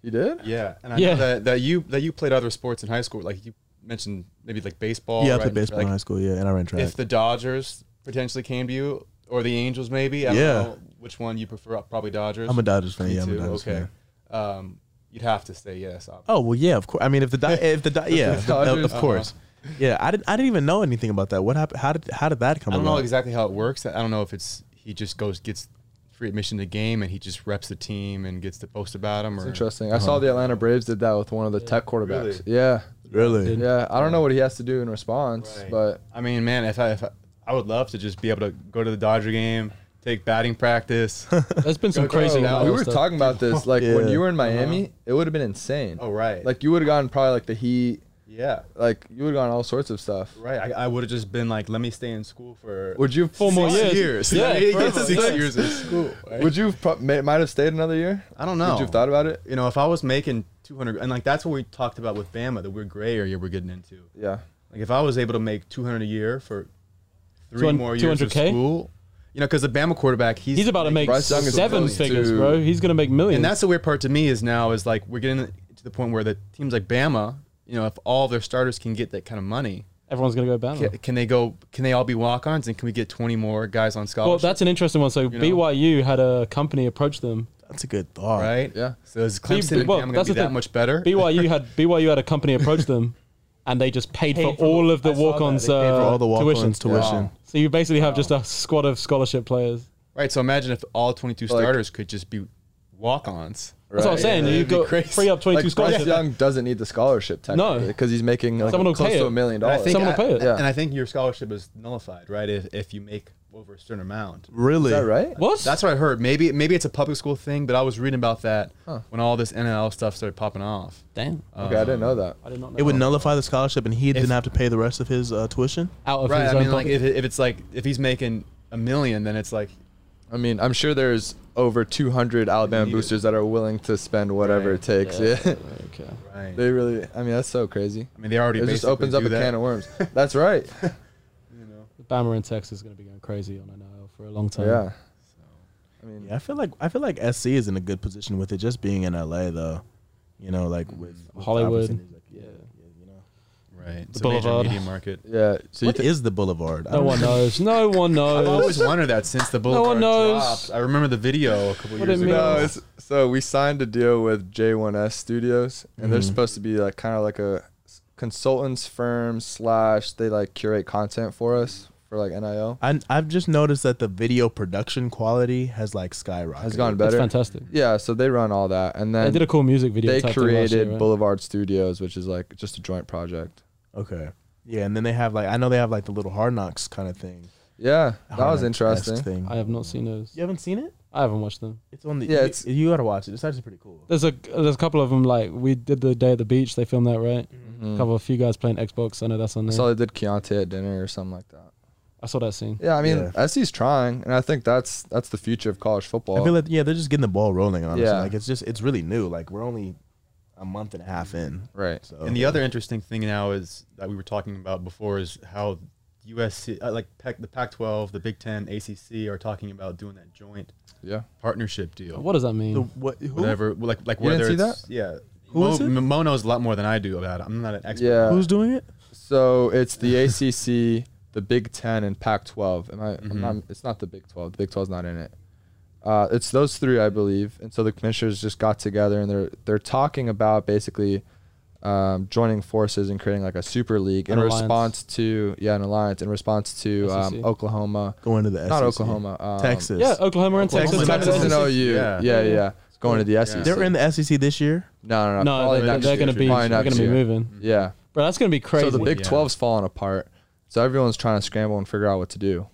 [SPEAKER 1] You did?
[SPEAKER 9] Yeah, and I
[SPEAKER 2] Yeah.
[SPEAKER 9] know that, that you that you played other sports in high school. Like you mentioned, maybe like baseball.
[SPEAKER 3] yeah, I
[SPEAKER 9] right?
[SPEAKER 3] played baseball
[SPEAKER 9] Like,
[SPEAKER 3] in high school. Yeah, and I ran track.
[SPEAKER 9] If the Dodgers potentially came to you, or the Angels, maybe. I
[SPEAKER 3] Yeah.
[SPEAKER 9] don't know which one you prefer. Probably Dodgers.
[SPEAKER 3] I'm a Dodgers fan.
[SPEAKER 9] Me
[SPEAKER 3] Yeah, I'm a
[SPEAKER 9] too,
[SPEAKER 3] Dodgers
[SPEAKER 9] okay.
[SPEAKER 3] fan.
[SPEAKER 9] Um, you'd have to say yes. Obviously.
[SPEAKER 3] Oh well, yeah, of course. I mean, if the Di- if the Di- yeah,
[SPEAKER 1] the
[SPEAKER 3] of-
[SPEAKER 1] Dodgers-
[SPEAKER 3] of course, yeah. I didn't I didn't even know anything about that. What happened? How did how did that come?
[SPEAKER 9] I don't know
[SPEAKER 3] about?
[SPEAKER 9] exactly how it works. I don't know if it's he just goes gets free admission to the game and he just reps the team and gets to post about him.
[SPEAKER 1] It's
[SPEAKER 9] Or
[SPEAKER 1] interesting. I saw the Atlanta Braves did that with one of the tech quarterbacks. Yeah.
[SPEAKER 3] Really?
[SPEAKER 1] Yeah. I don't know what he has to do in response,
[SPEAKER 9] Right.
[SPEAKER 1] but
[SPEAKER 9] I mean, man, if I, if I I would love to just be able to go to the Dodger game, take batting practice.
[SPEAKER 2] There's been some
[SPEAKER 9] Go
[SPEAKER 2] crazy.
[SPEAKER 9] crazy.
[SPEAKER 2] wild
[SPEAKER 1] we were
[SPEAKER 2] stuff.
[SPEAKER 1] talking about this. Like when
[SPEAKER 3] Yeah.
[SPEAKER 1] you were in Miami, it would have been insane.
[SPEAKER 9] Uh-huh. oh right,
[SPEAKER 1] Like you would have gotten probably like the heat.
[SPEAKER 9] yeah,
[SPEAKER 1] Like you would have gotten all sorts of stuff.
[SPEAKER 9] right. I, I would have just been like, let me stay in school for
[SPEAKER 1] Would you four
[SPEAKER 2] more
[SPEAKER 9] six
[SPEAKER 2] years. Yeah,
[SPEAKER 9] I mean,
[SPEAKER 2] forever.
[SPEAKER 9] six
[SPEAKER 2] Six.
[SPEAKER 9] years in school. right?
[SPEAKER 1] Would you pro- may, might have stayed another year?
[SPEAKER 9] I don't know.
[SPEAKER 1] Would you have thought about it?
[SPEAKER 9] You know, if I was making 200, and like that's what we talked about with Bama, the weird gray area we're getting into.
[SPEAKER 1] Yeah.
[SPEAKER 9] Like if I was able to make 200 a year for three
[SPEAKER 2] 200
[SPEAKER 9] more years of
[SPEAKER 2] 200K?
[SPEAKER 9] school, you know, because the Bama quarterback, he's,
[SPEAKER 2] He's about to make
[SPEAKER 1] Bryce Young is
[SPEAKER 2] seven
[SPEAKER 1] close
[SPEAKER 2] figures,
[SPEAKER 1] to-
[SPEAKER 2] bro. He's gonna make millions.
[SPEAKER 9] and that's the weird part to me is now is like we're getting to the point where the teams like Bama, you know, if all their starters can get that kind of money,
[SPEAKER 2] everyone's gonna go
[SPEAKER 9] ca-
[SPEAKER 2] Bama.
[SPEAKER 9] can, they go? Can they all be walk-ons? And can we get 20 more guys on
[SPEAKER 2] Well,
[SPEAKER 9] scholarship?
[SPEAKER 2] that's an interesting one. So
[SPEAKER 9] know?
[SPEAKER 2] BYU had a company approach them.
[SPEAKER 3] That's a good thought.
[SPEAKER 9] right.
[SPEAKER 1] Yeah.
[SPEAKER 9] So is Clemson and
[SPEAKER 2] well,
[SPEAKER 9] Bama going to
[SPEAKER 2] that's
[SPEAKER 9] be
[SPEAKER 2] the
[SPEAKER 9] that
[SPEAKER 2] thing.
[SPEAKER 9] much better?
[SPEAKER 2] BYU had BYU had a company approach them, and they just paid, for, all of the
[SPEAKER 3] I saw that.
[SPEAKER 2] walk-ons.
[SPEAKER 3] They paid
[SPEAKER 2] Uh,
[SPEAKER 3] for all the
[SPEAKER 2] tuition.
[SPEAKER 3] walk-ons tuition.
[SPEAKER 9] Wow.
[SPEAKER 2] So you basically have just a squad of scholarship players.
[SPEAKER 9] Right. So imagine if all 22
[SPEAKER 1] Like-
[SPEAKER 9] starters could just be walk-ons.
[SPEAKER 1] Right.
[SPEAKER 2] That's what I'm saying.
[SPEAKER 9] yeah,
[SPEAKER 2] you
[SPEAKER 9] it'd be
[SPEAKER 2] go
[SPEAKER 9] crazy.
[SPEAKER 2] free up
[SPEAKER 1] Like
[SPEAKER 2] twenty-two
[SPEAKER 1] Bryce
[SPEAKER 2] scholarships.
[SPEAKER 1] Young doesn't need the scholarship technically because he's making like
[SPEAKER 2] Someone will
[SPEAKER 1] close
[SPEAKER 2] pay
[SPEAKER 1] to
[SPEAKER 2] it.
[SPEAKER 1] a million
[SPEAKER 9] And I
[SPEAKER 1] dollars.
[SPEAKER 9] think
[SPEAKER 2] Someone will
[SPEAKER 9] I-
[SPEAKER 2] pay it.
[SPEAKER 1] Yeah.
[SPEAKER 9] And I think your scholarship is nullified, right? If, if you make over a certain amount.
[SPEAKER 3] Really?
[SPEAKER 1] Is that right?
[SPEAKER 2] What?
[SPEAKER 9] That's what I heard. Maybe maybe it's a public school thing, but I was reading about that
[SPEAKER 1] Huh.
[SPEAKER 9] when all this NIL stuff started popping off.
[SPEAKER 2] Damn.
[SPEAKER 1] Okay, I didn't know that.
[SPEAKER 2] I did not know.
[SPEAKER 3] It would nullify the scholarship, and he didn't have to pay the rest of his uh, tuition.
[SPEAKER 2] out of
[SPEAKER 9] Right.
[SPEAKER 2] his
[SPEAKER 9] I
[SPEAKER 2] own
[SPEAKER 9] mean, like
[SPEAKER 2] pocket.
[SPEAKER 9] if, if it's like if he's making a million, then it's like
[SPEAKER 1] I mean, I'm sure there's over 200 Alabama
[SPEAKER 9] Needed.
[SPEAKER 1] boosters that are willing to spend whatever
[SPEAKER 9] Right.
[SPEAKER 1] it takes. Yeah.
[SPEAKER 2] okay.
[SPEAKER 9] right.
[SPEAKER 1] they really, I mean, that's so crazy.
[SPEAKER 9] I mean, they already
[SPEAKER 1] It just
[SPEAKER 9] basically
[SPEAKER 1] opens up
[SPEAKER 9] do
[SPEAKER 1] a
[SPEAKER 9] that.
[SPEAKER 1] can of worms. That's right.
[SPEAKER 2] Bama in Texas is going to be going crazy on NIL for a long time.
[SPEAKER 1] yeah. I mean,
[SPEAKER 3] Yeah, I feel like I feel like SC is in a good position with it just being in LA though. You know, like with, with
[SPEAKER 2] Hollywood.
[SPEAKER 3] opportunities, like, yeah,
[SPEAKER 2] Yeah.
[SPEAKER 3] yeah, you know.
[SPEAKER 9] right. It's
[SPEAKER 2] The
[SPEAKER 9] a major
[SPEAKER 2] Boulevard.
[SPEAKER 9] media market.
[SPEAKER 1] yeah. So you
[SPEAKER 3] What
[SPEAKER 1] think
[SPEAKER 3] is the Boulevard? I
[SPEAKER 2] No
[SPEAKER 3] don't
[SPEAKER 2] one knows. No one knows.
[SPEAKER 9] I've always wondered that since the Boulevard
[SPEAKER 2] one knows.
[SPEAKER 9] dropped. I remember the video a couple
[SPEAKER 2] What
[SPEAKER 9] years
[SPEAKER 2] it means.
[SPEAKER 9] ago.
[SPEAKER 1] No, it's, so we signed a deal with J1S Studios, and they're supposed to be like kind of like a s- consultants firm slash they like curate content for us for like NIL.
[SPEAKER 3] I, I've just noticed that the video production quality has like skyrocketed.
[SPEAKER 1] Has gone
[SPEAKER 2] That's
[SPEAKER 1] better.
[SPEAKER 2] fantastic.
[SPEAKER 1] Yeah, so they run all that, and
[SPEAKER 2] They
[SPEAKER 1] then
[SPEAKER 2] did a cool music video.
[SPEAKER 1] they
[SPEAKER 2] type thing last year,
[SPEAKER 1] created
[SPEAKER 2] right?
[SPEAKER 1] Boulevard Studios, which is like just a joint project.
[SPEAKER 3] Okay. Yeah, and then they have like I know they have like the little hard knocks kind of thing.
[SPEAKER 1] Yeah, that
[SPEAKER 3] Hard
[SPEAKER 1] was
[SPEAKER 3] Knocks-esque
[SPEAKER 1] interesting.
[SPEAKER 3] Thing.
[SPEAKER 2] I have not seen those.
[SPEAKER 3] you haven't seen it?
[SPEAKER 2] I haven't watched them.
[SPEAKER 3] It's on the
[SPEAKER 1] Yeah,
[SPEAKER 3] you-
[SPEAKER 1] it's-
[SPEAKER 3] you, gotta watch it. It's actually pretty cool.
[SPEAKER 2] There's a there's a couple of them. Like we did the day at the beach. They filmed that right. A couple of few guys playing Xbox. I know that's on
[SPEAKER 1] Mm-hmm. I
[SPEAKER 2] there.
[SPEAKER 1] saw they did Keontae at dinner or something like that.
[SPEAKER 2] I saw that scene.
[SPEAKER 1] Yeah, I mean, SC's trying, and I think that's that's the future of college football.
[SPEAKER 3] I feel like yeah, they're just getting the ball rolling. Honestly,
[SPEAKER 1] Yeah.
[SPEAKER 3] like it's just it's really new. Like we're only a month and a half in.
[SPEAKER 1] right.
[SPEAKER 3] So
[SPEAKER 9] And the other interesting thing now is that we were talking about before is how USC, uh, like Pac, the Pac-12, the Big Ten, ACC, are talking about doing that joint
[SPEAKER 1] Yeah.
[SPEAKER 9] partnership deal.
[SPEAKER 2] What does that mean?
[SPEAKER 3] the, what who,
[SPEAKER 9] Whatever, like like
[SPEAKER 1] You didn't
[SPEAKER 9] whether
[SPEAKER 1] see
[SPEAKER 9] it's yeah.
[SPEAKER 3] Who is it?
[SPEAKER 9] Mo knows a lot more than I do about it. I'm not an expert.
[SPEAKER 1] Yeah.
[SPEAKER 3] who's doing it?
[SPEAKER 1] So it's the ACC, the Big Ten, and Pac-12. Am I?
[SPEAKER 2] Mm-hmm.
[SPEAKER 1] I'm not, it's not the Big 12. The Big 12's not in it. Uh, it's those three, I believe. And so the commissioners just got together and they're they're talking about basically um, joining forces and creating like a super league
[SPEAKER 2] An
[SPEAKER 1] in
[SPEAKER 2] alliance. E
[SPEAKER 1] response to yeah an alliance in response to
[SPEAKER 2] SEC.
[SPEAKER 1] um, Oklahoma,
[SPEAKER 3] Going to the SEC.
[SPEAKER 1] not Oklahoma, um,
[SPEAKER 3] Texas.
[SPEAKER 2] yeah, Oklahoma and Texas.
[SPEAKER 1] Texas,
[SPEAKER 2] Texas,
[SPEAKER 1] Texas and OU.
[SPEAKER 9] Yeah.
[SPEAKER 1] Yeah, yeah. Going to the SEC.
[SPEAKER 3] They were in the SEC this year.
[SPEAKER 1] no, no, no.
[SPEAKER 2] No,
[SPEAKER 1] probably
[SPEAKER 2] they're,
[SPEAKER 1] next
[SPEAKER 2] going to
[SPEAKER 1] year.
[SPEAKER 2] be
[SPEAKER 1] Probably
[SPEAKER 2] they're going
[SPEAKER 1] next
[SPEAKER 2] to be
[SPEAKER 1] year.
[SPEAKER 2] moving.
[SPEAKER 1] Yeah.
[SPEAKER 2] Bro, that's going to be crazy.
[SPEAKER 1] So the Big
[SPEAKER 9] Yeah.
[SPEAKER 1] 12's falling apart. So everyone's trying to scramble and figure out what to do.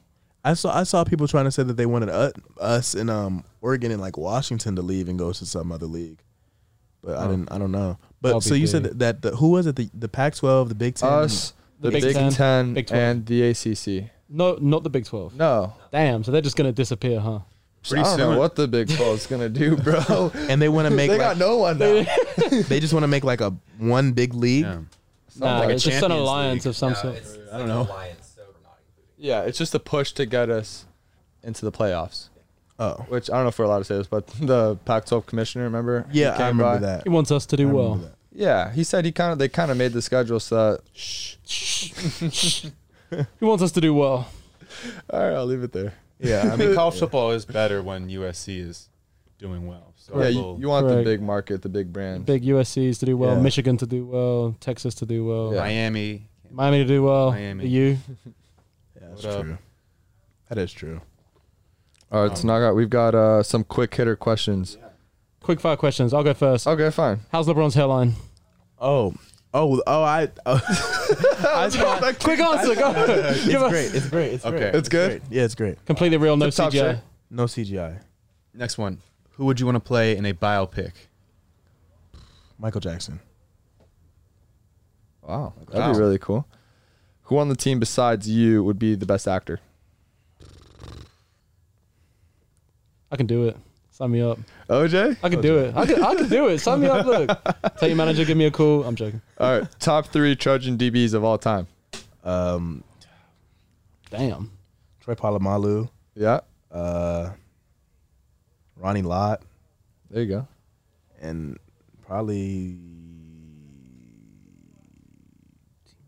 [SPEAKER 3] I saw I saw people trying to say that they wanted u- us in um Oregon and like Washington to leave and go to some other league, but I didn't. I don't know. But
[SPEAKER 2] That'd
[SPEAKER 3] so
[SPEAKER 2] be
[SPEAKER 3] you said
[SPEAKER 2] big.
[SPEAKER 3] that the who was it the the Pac-12, the Big Ten,
[SPEAKER 1] Us, the,
[SPEAKER 2] Big
[SPEAKER 1] Big,
[SPEAKER 2] Ten,
[SPEAKER 1] Ten,
[SPEAKER 2] Big 12.
[SPEAKER 1] and the ACC.
[SPEAKER 2] no, not the Big 12.
[SPEAKER 1] No,
[SPEAKER 2] Damn, so they're just going to disappear, huh?
[SPEAKER 9] Pretty
[SPEAKER 1] I don't
[SPEAKER 9] soon.
[SPEAKER 1] know what the Big 12 is gonna do, bro.
[SPEAKER 3] and they want to make
[SPEAKER 1] they
[SPEAKER 3] like,
[SPEAKER 1] got no one now.
[SPEAKER 3] they just want to make like a one big league.
[SPEAKER 9] Yeah.
[SPEAKER 2] Nah,
[SPEAKER 9] like a
[SPEAKER 2] it's just an
[SPEAKER 9] Champions
[SPEAKER 2] alliance
[SPEAKER 9] League.
[SPEAKER 2] of some sort.
[SPEAKER 9] I don't know.
[SPEAKER 1] Yeah, it's just a push to get us into the playoffs.
[SPEAKER 3] Oh,
[SPEAKER 1] Which I don't know if we're allowed to say this, but the Pac-12 commissioner, remember? He
[SPEAKER 3] yeah, I
[SPEAKER 1] came
[SPEAKER 3] remember
[SPEAKER 1] by.
[SPEAKER 3] that.
[SPEAKER 2] He wants us to do
[SPEAKER 3] remember
[SPEAKER 2] well.
[SPEAKER 3] that.
[SPEAKER 1] Yeah, he said he kind of they kind of made the schedule so that.
[SPEAKER 2] He wants us to do well.
[SPEAKER 1] All right, I'll leave it there.
[SPEAKER 9] Yeah, I mean, college football is better when USC is doing well. So
[SPEAKER 1] Yeah,
[SPEAKER 9] I
[SPEAKER 1] you,
[SPEAKER 9] will-
[SPEAKER 1] you want
[SPEAKER 2] Correct.
[SPEAKER 1] the big market, the big brand.
[SPEAKER 2] Big USCs to do well.
[SPEAKER 3] Yeah.
[SPEAKER 2] Michigan to do well. Texas to do well.
[SPEAKER 1] Yeah.
[SPEAKER 9] Miami.
[SPEAKER 2] Miami to do well.
[SPEAKER 9] Miami.
[SPEAKER 2] The U.
[SPEAKER 3] Yeah, that's
[SPEAKER 9] What up?
[SPEAKER 3] true. That is true.
[SPEAKER 1] All right, so now I got, we've got uh, some quick hitter questions.
[SPEAKER 2] Quick fire questions. I'll go first.
[SPEAKER 1] Okay, fine.
[SPEAKER 2] How's LeBron's hairline?
[SPEAKER 3] Oh, oh, oh! I. Oh. I thought-
[SPEAKER 2] Quick answer. Go.
[SPEAKER 3] it's
[SPEAKER 2] Give us-
[SPEAKER 3] great. It's great. It's
[SPEAKER 9] Okay.
[SPEAKER 3] great.
[SPEAKER 9] It's
[SPEAKER 1] good?
[SPEAKER 3] great. Yeah, it's great.
[SPEAKER 2] Completely real. No
[SPEAKER 1] It's a top
[SPEAKER 2] CGI.
[SPEAKER 1] shape.
[SPEAKER 3] No CGI.
[SPEAKER 9] Next one. Who would you want to play in a biopic?
[SPEAKER 3] Michael Jackson.
[SPEAKER 1] Wow, that'd
[SPEAKER 9] Wow.
[SPEAKER 1] be really cool. Who on the team besides you would be the best actor?
[SPEAKER 2] I can do it. Sign me up.
[SPEAKER 1] OJ.
[SPEAKER 2] I can do it. I can, I can do it. Sign me up. Look. Tell your manager, give me a call. I'm joking.
[SPEAKER 1] All right, top three Trojan DBs of all time.
[SPEAKER 3] Um,
[SPEAKER 2] Damn.
[SPEAKER 3] Troy Polamalu.
[SPEAKER 1] Yeah,
[SPEAKER 3] Uh, Ronnie Lott,
[SPEAKER 1] there you go.
[SPEAKER 3] and probably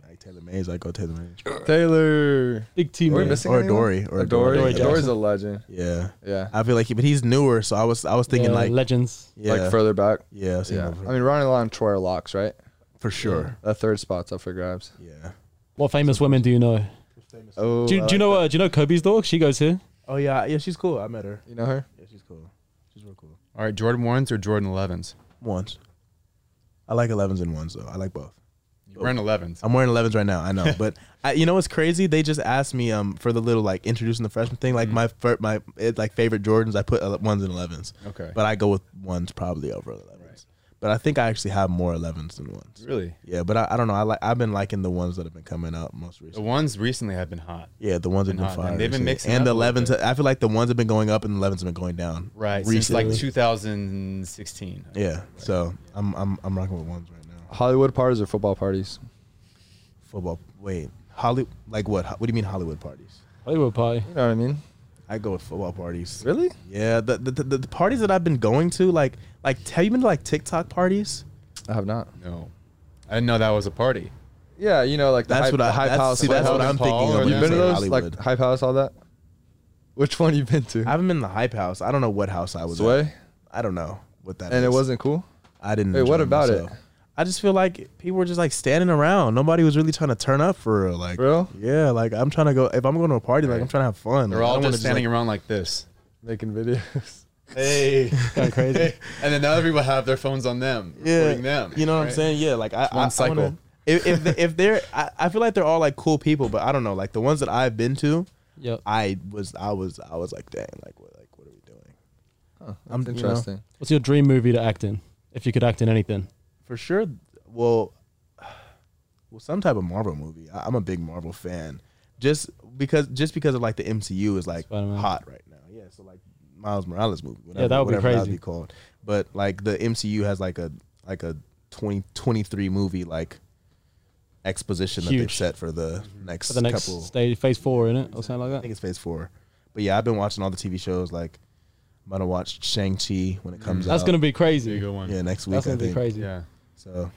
[SPEAKER 3] like Taylor Mays. I go Taylor Mays
[SPEAKER 1] Taylor.
[SPEAKER 2] Big team.
[SPEAKER 1] Are we
[SPEAKER 2] man.
[SPEAKER 1] missing
[SPEAKER 3] or
[SPEAKER 1] anyone?
[SPEAKER 3] Dory or
[SPEAKER 1] Adore.
[SPEAKER 3] Dory.
[SPEAKER 2] Adoree
[SPEAKER 1] Adore's
[SPEAKER 2] Jackson.
[SPEAKER 1] a legend.
[SPEAKER 3] Yeah,
[SPEAKER 1] Yeah,
[SPEAKER 3] I feel like, he, but he's newer, so I was I was thinking
[SPEAKER 2] Yeah,
[SPEAKER 3] like
[SPEAKER 2] legends.
[SPEAKER 3] yeah,
[SPEAKER 1] like further back.
[SPEAKER 3] yeah, I've seen
[SPEAKER 1] Yeah,
[SPEAKER 3] him for,
[SPEAKER 1] I mean Ronnie Lott and Troy are locks, right?
[SPEAKER 3] for sure.
[SPEAKER 1] That third spot's up for grabs.
[SPEAKER 3] Yeah.
[SPEAKER 2] What famous women do you know?
[SPEAKER 1] Oh,
[SPEAKER 2] Do you, do you know? Uh, do you know Kobe's dog? She goes here.
[SPEAKER 3] Oh yeah, yeah. She's cool. I met her.
[SPEAKER 1] you know her?
[SPEAKER 3] Yeah, she's cool. She's real cool.
[SPEAKER 9] All right, Jordan ones or Jordan elevens?
[SPEAKER 3] Once. I like 11s and ones though. I like both.
[SPEAKER 9] You You're
[SPEAKER 1] Oh.
[SPEAKER 9] wearing 11s.
[SPEAKER 3] I'm wearing 11s right now. I know, but I, you know what's crazy? They just asked me um for the little like introducing the freshman thing.
[SPEAKER 9] Mm-hmm.
[SPEAKER 3] Like my fir- my it, like favorite Jordans, I put ele- ones and 11s.
[SPEAKER 9] Okay.
[SPEAKER 3] but I go with ones probably over 11s. But I think I actually have more 11s than ones.
[SPEAKER 9] Really?
[SPEAKER 3] Yeah, but I, I don't know. I like I've been liking the ones that have been coming out most recently.
[SPEAKER 9] The ones recently have been hot.
[SPEAKER 3] Yeah, the ones that have been
[SPEAKER 9] hot, and
[SPEAKER 3] fire.
[SPEAKER 9] they've been
[SPEAKER 3] recently.
[SPEAKER 9] mixing
[SPEAKER 3] and
[SPEAKER 9] up
[SPEAKER 3] the
[SPEAKER 9] a little
[SPEAKER 3] 11s. I feel like the ones have been going up and the 11s have been going down.
[SPEAKER 9] Right. Since
[SPEAKER 3] recently.
[SPEAKER 9] like 2016.
[SPEAKER 3] yeah. So I'm I'm I'm rocking with ones right now.
[SPEAKER 1] Hollywood parties or football parties?
[SPEAKER 3] Football. Wait, Holly. Like what? Ho- What do you mean Hollywood parties?
[SPEAKER 10] Hollywood party.
[SPEAKER 1] You know what I mean?
[SPEAKER 3] I go with football parties.
[SPEAKER 1] Really?
[SPEAKER 3] Yeah. The the, the, the parties that I've been going to, like like have you been to like TikTok parties?
[SPEAKER 1] I have not.
[SPEAKER 9] No. I didn't know that was a party.
[SPEAKER 1] Yeah, you know, like the
[SPEAKER 3] That's
[SPEAKER 1] hype,
[SPEAKER 3] what I-
[SPEAKER 1] the hype
[SPEAKER 3] that's-
[SPEAKER 1] house.
[SPEAKER 3] see, that's
[SPEAKER 1] Hype
[SPEAKER 3] what
[SPEAKER 1] House.
[SPEAKER 3] I'm thinking
[SPEAKER 9] of
[SPEAKER 1] You've been
[SPEAKER 9] when you
[SPEAKER 1] to
[SPEAKER 9] say
[SPEAKER 1] those,
[SPEAKER 3] Hollywood.
[SPEAKER 1] like hype house, all that. Which one you been to?
[SPEAKER 3] I haven't been to the hype house. I don't know what house I was. At.
[SPEAKER 1] Sway,
[SPEAKER 3] I don't know what that.
[SPEAKER 1] and it
[SPEAKER 3] is.
[SPEAKER 1] wasn't cool.
[SPEAKER 3] I didn't.
[SPEAKER 1] Hey, what
[SPEAKER 3] enjoy
[SPEAKER 1] about it?
[SPEAKER 3] myself. I just feel like people were just like standing around. Nobody was really trying to turn up for real. Like,
[SPEAKER 1] Real?
[SPEAKER 3] Yeah, like I'm trying to go. If I'm going to a party, like I'm trying to have fun.
[SPEAKER 9] They're
[SPEAKER 3] Like, I
[SPEAKER 9] all
[SPEAKER 3] don't wanna
[SPEAKER 9] just standing
[SPEAKER 3] like-
[SPEAKER 9] around like this.
[SPEAKER 1] Making videos.
[SPEAKER 9] Hey.
[SPEAKER 10] Kind of crazy.
[SPEAKER 9] and then other people have their phones on them, recording them.
[SPEAKER 3] You know what I'm
[SPEAKER 9] right?
[SPEAKER 3] saying? Yeah, like I, I
[SPEAKER 9] one
[SPEAKER 3] I
[SPEAKER 9] cycle.
[SPEAKER 3] wanna- if if, they, if they're, I, I feel like they're all like cool people, but I don't know. Like the ones that I've been to,
[SPEAKER 10] Yep.
[SPEAKER 3] I was, I was, I was like, dang, like what, like what are we doing? I'm you know,
[SPEAKER 1] Interesting.
[SPEAKER 10] What's your dream movie to act in? If you could act in anything,
[SPEAKER 3] for sure. Well, well, some type of Marvel movie. I, I'm a big Marvel fan, just because, just because of like the MCU is like
[SPEAKER 10] Spider-Man.
[SPEAKER 3] hot right now. Yeah, so like Miles Morales movie. Whatever,
[SPEAKER 10] that would be
[SPEAKER 3] whatever
[SPEAKER 10] crazy.
[SPEAKER 3] That'd be called. But like the MCU has like a like a 20, 23 movie like exposition that they've
[SPEAKER 10] Huge. Mm-hmm.
[SPEAKER 3] set for the next
[SPEAKER 10] for the next
[SPEAKER 3] couple.
[SPEAKER 10] stage, phase four, in it or something
[SPEAKER 3] I
[SPEAKER 10] like
[SPEAKER 3] think
[SPEAKER 10] that.
[SPEAKER 3] it's Phase Four. But yeah, I've been watching all the TV shows. Like I'm gonna watch Shang Chi when it comes
[SPEAKER 10] That's
[SPEAKER 3] out.
[SPEAKER 10] gonna be
[SPEAKER 9] There you
[SPEAKER 10] crazy.
[SPEAKER 9] go, one.
[SPEAKER 3] yeah next week.
[SPEAKER 10] That's
[SPEAKER 3] I
[SPEAKER 10] gonna be
[SPEAKER 3] think.
[SPEAKER 10] crazy.
[SPEAKER 9] Yeah.
[SPEAKER 3] So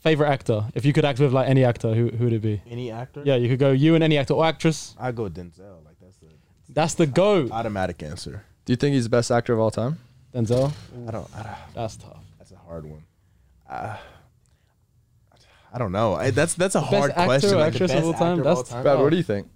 [SPEAKER 10] Favorite actor? If you could act with like any actor, who who would it be?
[SPEAKER 3] any actor?
[SPEAKER 10] Yeah, you could go you and any actor or actress.
[SPEAKER 3] I go Denzel. Like that's the
[SPEAKER 10] That's the go.
[SPEAKER 3] automatic answer.
[SPEAKER 1] Do you think he's the best actor of all time?
[SPEAKER 10] Denzel.
[SPEAKER 3] I don't. I don't
[SPEAKER 10] That's tough.
[SPEAKER 3] that's a hard one. Uh, I, I don't know. I, that's that's a hard
[SPEAKER 10] actor
[SPEAKER 3] question.
[SPEAKER 10] or
[SPEAKER 3] Like, the
[SPEAKER 10] actress of
[SPEAKER 3] best
[SPEAKER 10] all time?
[SPEAKER 3] actor of
[SPEAKER 10] That's
[SPEAKER 3] all time?
[SPEAKER 1] Brad, what do you think?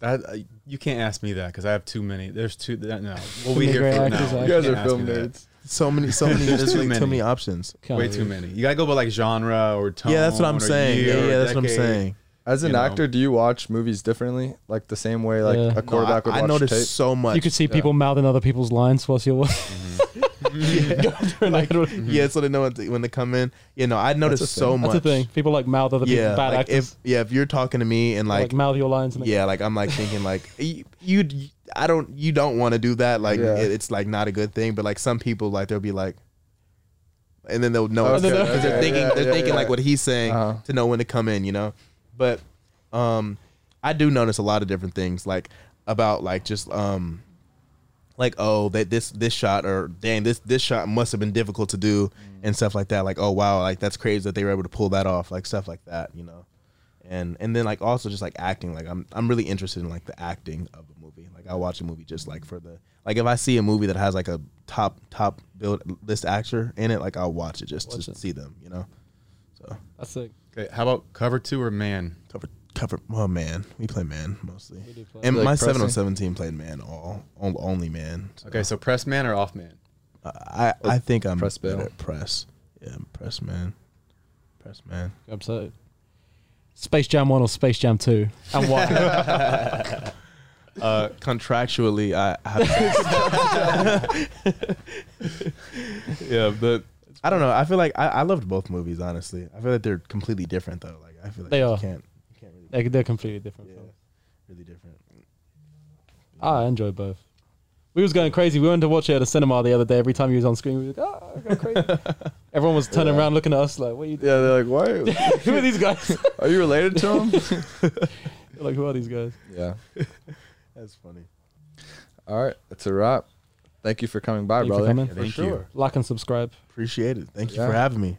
[SPEAKER 9] That, I, you can't ask me that because I have too many. There's too. That, no. What we
[SPEAKER 10] many
[SPEAKER 9] here
[SPEAKER 10] great
[SPEAKER 9] for
[SPEAKER 10] actors
[SPEAKER 9] now.
[SPEAKER 10] out
[SPEAKER 1] You guys
[SPEAKER 9] can't
[SPEAKER 1] are
[SPEAKER 9] ask
[SPEAKER 1] film
[SPEAKER 9] me that.
[SPEAKER 1] nerds.
[SPEAKER 3] So many, so many. There's
[SPEAKER 9] Too
[SPEAKER 3] like too
[SPEAKER 9] many.
[SPEAKER 3] many options.
[SPEAKER 10] Kinda
[SPEAKER 9] Way too
[SPEAKER 10] weird.
[SPEAKER 9] many. You gotta go by like genre or tone.
[SPEAKER 3] Yeah, that's what
[SPEAKER 9] or
[SPEAKER 3] I'm saying.
[SPEAKER 9] year
[SPEAKER 3] Yeah,
[SPEAKER 9] or
[SPEAKER 3] yeah, that's what I'm
[SPEAKER 9] decade.
[SPEAKER 3] saying.
[SPEAKER 1] As an
[SPEAKER 9] You know.
[SPEAKER 1] actor, do you watch movies differently, like the same way like
[SPEAKER 10] Yeah.
[SPEAKER 1] a quarterback
[SPEAKER 3] No, I,
[SPEAKER 1] would
[SPEAKER 3] I
[SPEAKER 1] watch
[SPEAKER 3] noticed
[SPEAKER 1] tape?
[SPEAKER 3] so much.
[SPEAKER 10] You could see people mouthing other people's lines whilst you're watching.
[SPEAKER 3] Mm-hmm. like, yeah, so they know when they, when they come in. You know, I noticed so
[SPEAKER 10] mm-hmm. That's
[SPEAKER 3] much.
[SPEAKER 10] the thing. People like mouth other
[SPEAKER 3] Yeah,
[SPEAKER 10] people's bad
[SPEAKER 3] like
[SPEAKER 10] actors.
[SPEAKER 3] if yeah, if you're talking to me and
[SPEAKER 10] like,
[SPEAKER 3] like,
[SPEAKER 10] mouth your lines. And
[SPEAKER 3] yeah, like I'm like thinking like you, you I don't you don't want to do that. Like
[SPEAKER 1] Yeah.
[SPEAKER 3] it, it's like not a good thing. But like some people like they'll be like, and then they'll know
[SPEAKER 1] Oh, Okay,
[SPEAKER 3] because
[SPEAKER 1] okay,
[SPEAKER 3] they're thinking
[SPEAKER 1] yeah,
[SPEAKER 3] they're
[SPEAKER 1] yeah,
[SPEAKER 3] thinking
[SPEAKER 1] yeah.
[SPEAKER 3] like what he's saying
[SPEAKER 1] Uh-huh.
[SPEAKER 3] to know when to come in. You know, but um, I do notice a lot of different things like about like just um like oh that this this shot or damn this this shot must have been difficult to do and stuff like that like oh wow like that's crazy that they were able to pull that off like stuff like that you know and and then like also just like acting like I'm I'm really interested in like the acting of a movie like I watch a movie just like for the like if I see a movie that has like a top top build list actor in it like I'll watch it just to see them you know
[SPEAKER 10] That's it.
[SPEAKER 9] Okay, how about cover two or man?
[SPEAKER 3] cover cover oh man we play man mostly
[SPEAKER 10] play-
[SPEAKER 3] and
[SPEAKER 1] Like
[SPEAKER 3] my
[SPEAKER 1] pressing?
[SPEAKER 3] seven on seventeen played man all on- only man so.
[SPEAKER 9] Okay, so press man or off man?
[SPEAKER 3] I, I think I'm
[SPEAKER 1] press
[SPEAKER 3] better
[SPEAKER 1] bail.
[SPEAKER 3] at press. Yeah, I'm press man. Press man.
[SPEAKER 10] Absolutely. Space Jam 1 or Space Jam 2? And why?
[SPEAKER 3] Uh, contractually, I have yeah, but I don't know. I feel like I, I loved both movies. Honestly, I feel like they're completely different though. Like I feel like
[SPEAKER 10] They
[SPEAKER 3] you
[SPEAKER 10] are.
[SPEAKER 3] can't you can't really
[SPEAKER 10] they're, they're completely different films. Ah,
[SPEAKER 3] really different.
[SPEAKER 10] I enjoy both. We was going crazy. We went to watch it at a cinema the other day. Every time he was on screen, we were like, oh, I got crazy. Everyone was turning around looking at us like, what are you doing?
[SPEAKER 1] Yeah, they're like, why?
[SPEAKER 10] Who are these guys?
[SPEAKER 1] Are you related to him?
[SPEAKER 10] like, who are these guys?
[SPEAKER 1] yeah.
[SPEAKER 3] That's funny.
[SPEAKER 1] All right, that's a wrap. Thank you for coming by,
[SPEAKER 10] Thank you for
[SPEAKER 1] brother.
[SPEAKER 10] coming.
[SPEAKER 9] Yeah, thank you.
[SPEAKER 10] Like and subscribe.
[SPEAKER 3] Appreciate it. Thank you
[SPEAKER 1] Yeah.
[SPEAKER 3] for having me.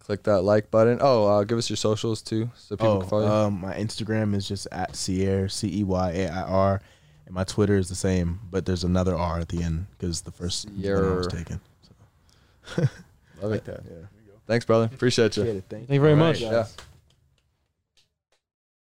[SPEAKER 1] Click that like button. Oh, uh, give us your socials too, so people can follow you.
[SPEAKER 3] um, my Instagram is just at Sierra C E Y A I R, and my Twitter is the same, but there's another R at the end because the first one was
[SPEAKER 1] Sierra.
[SPEAKER 3] taken. So,
[SPEAKER 1] Love it.
[SPEAKER 3] yeah.
[SPEAKER 1] Thanks, brother. Appreciate you.
[SPEAKER 3] Thank
[SPEAKER 10] Thank you very
[SPEAKER 1] All right,
[SPEAKER 10] much.
[SPEAKER 1] Yeah.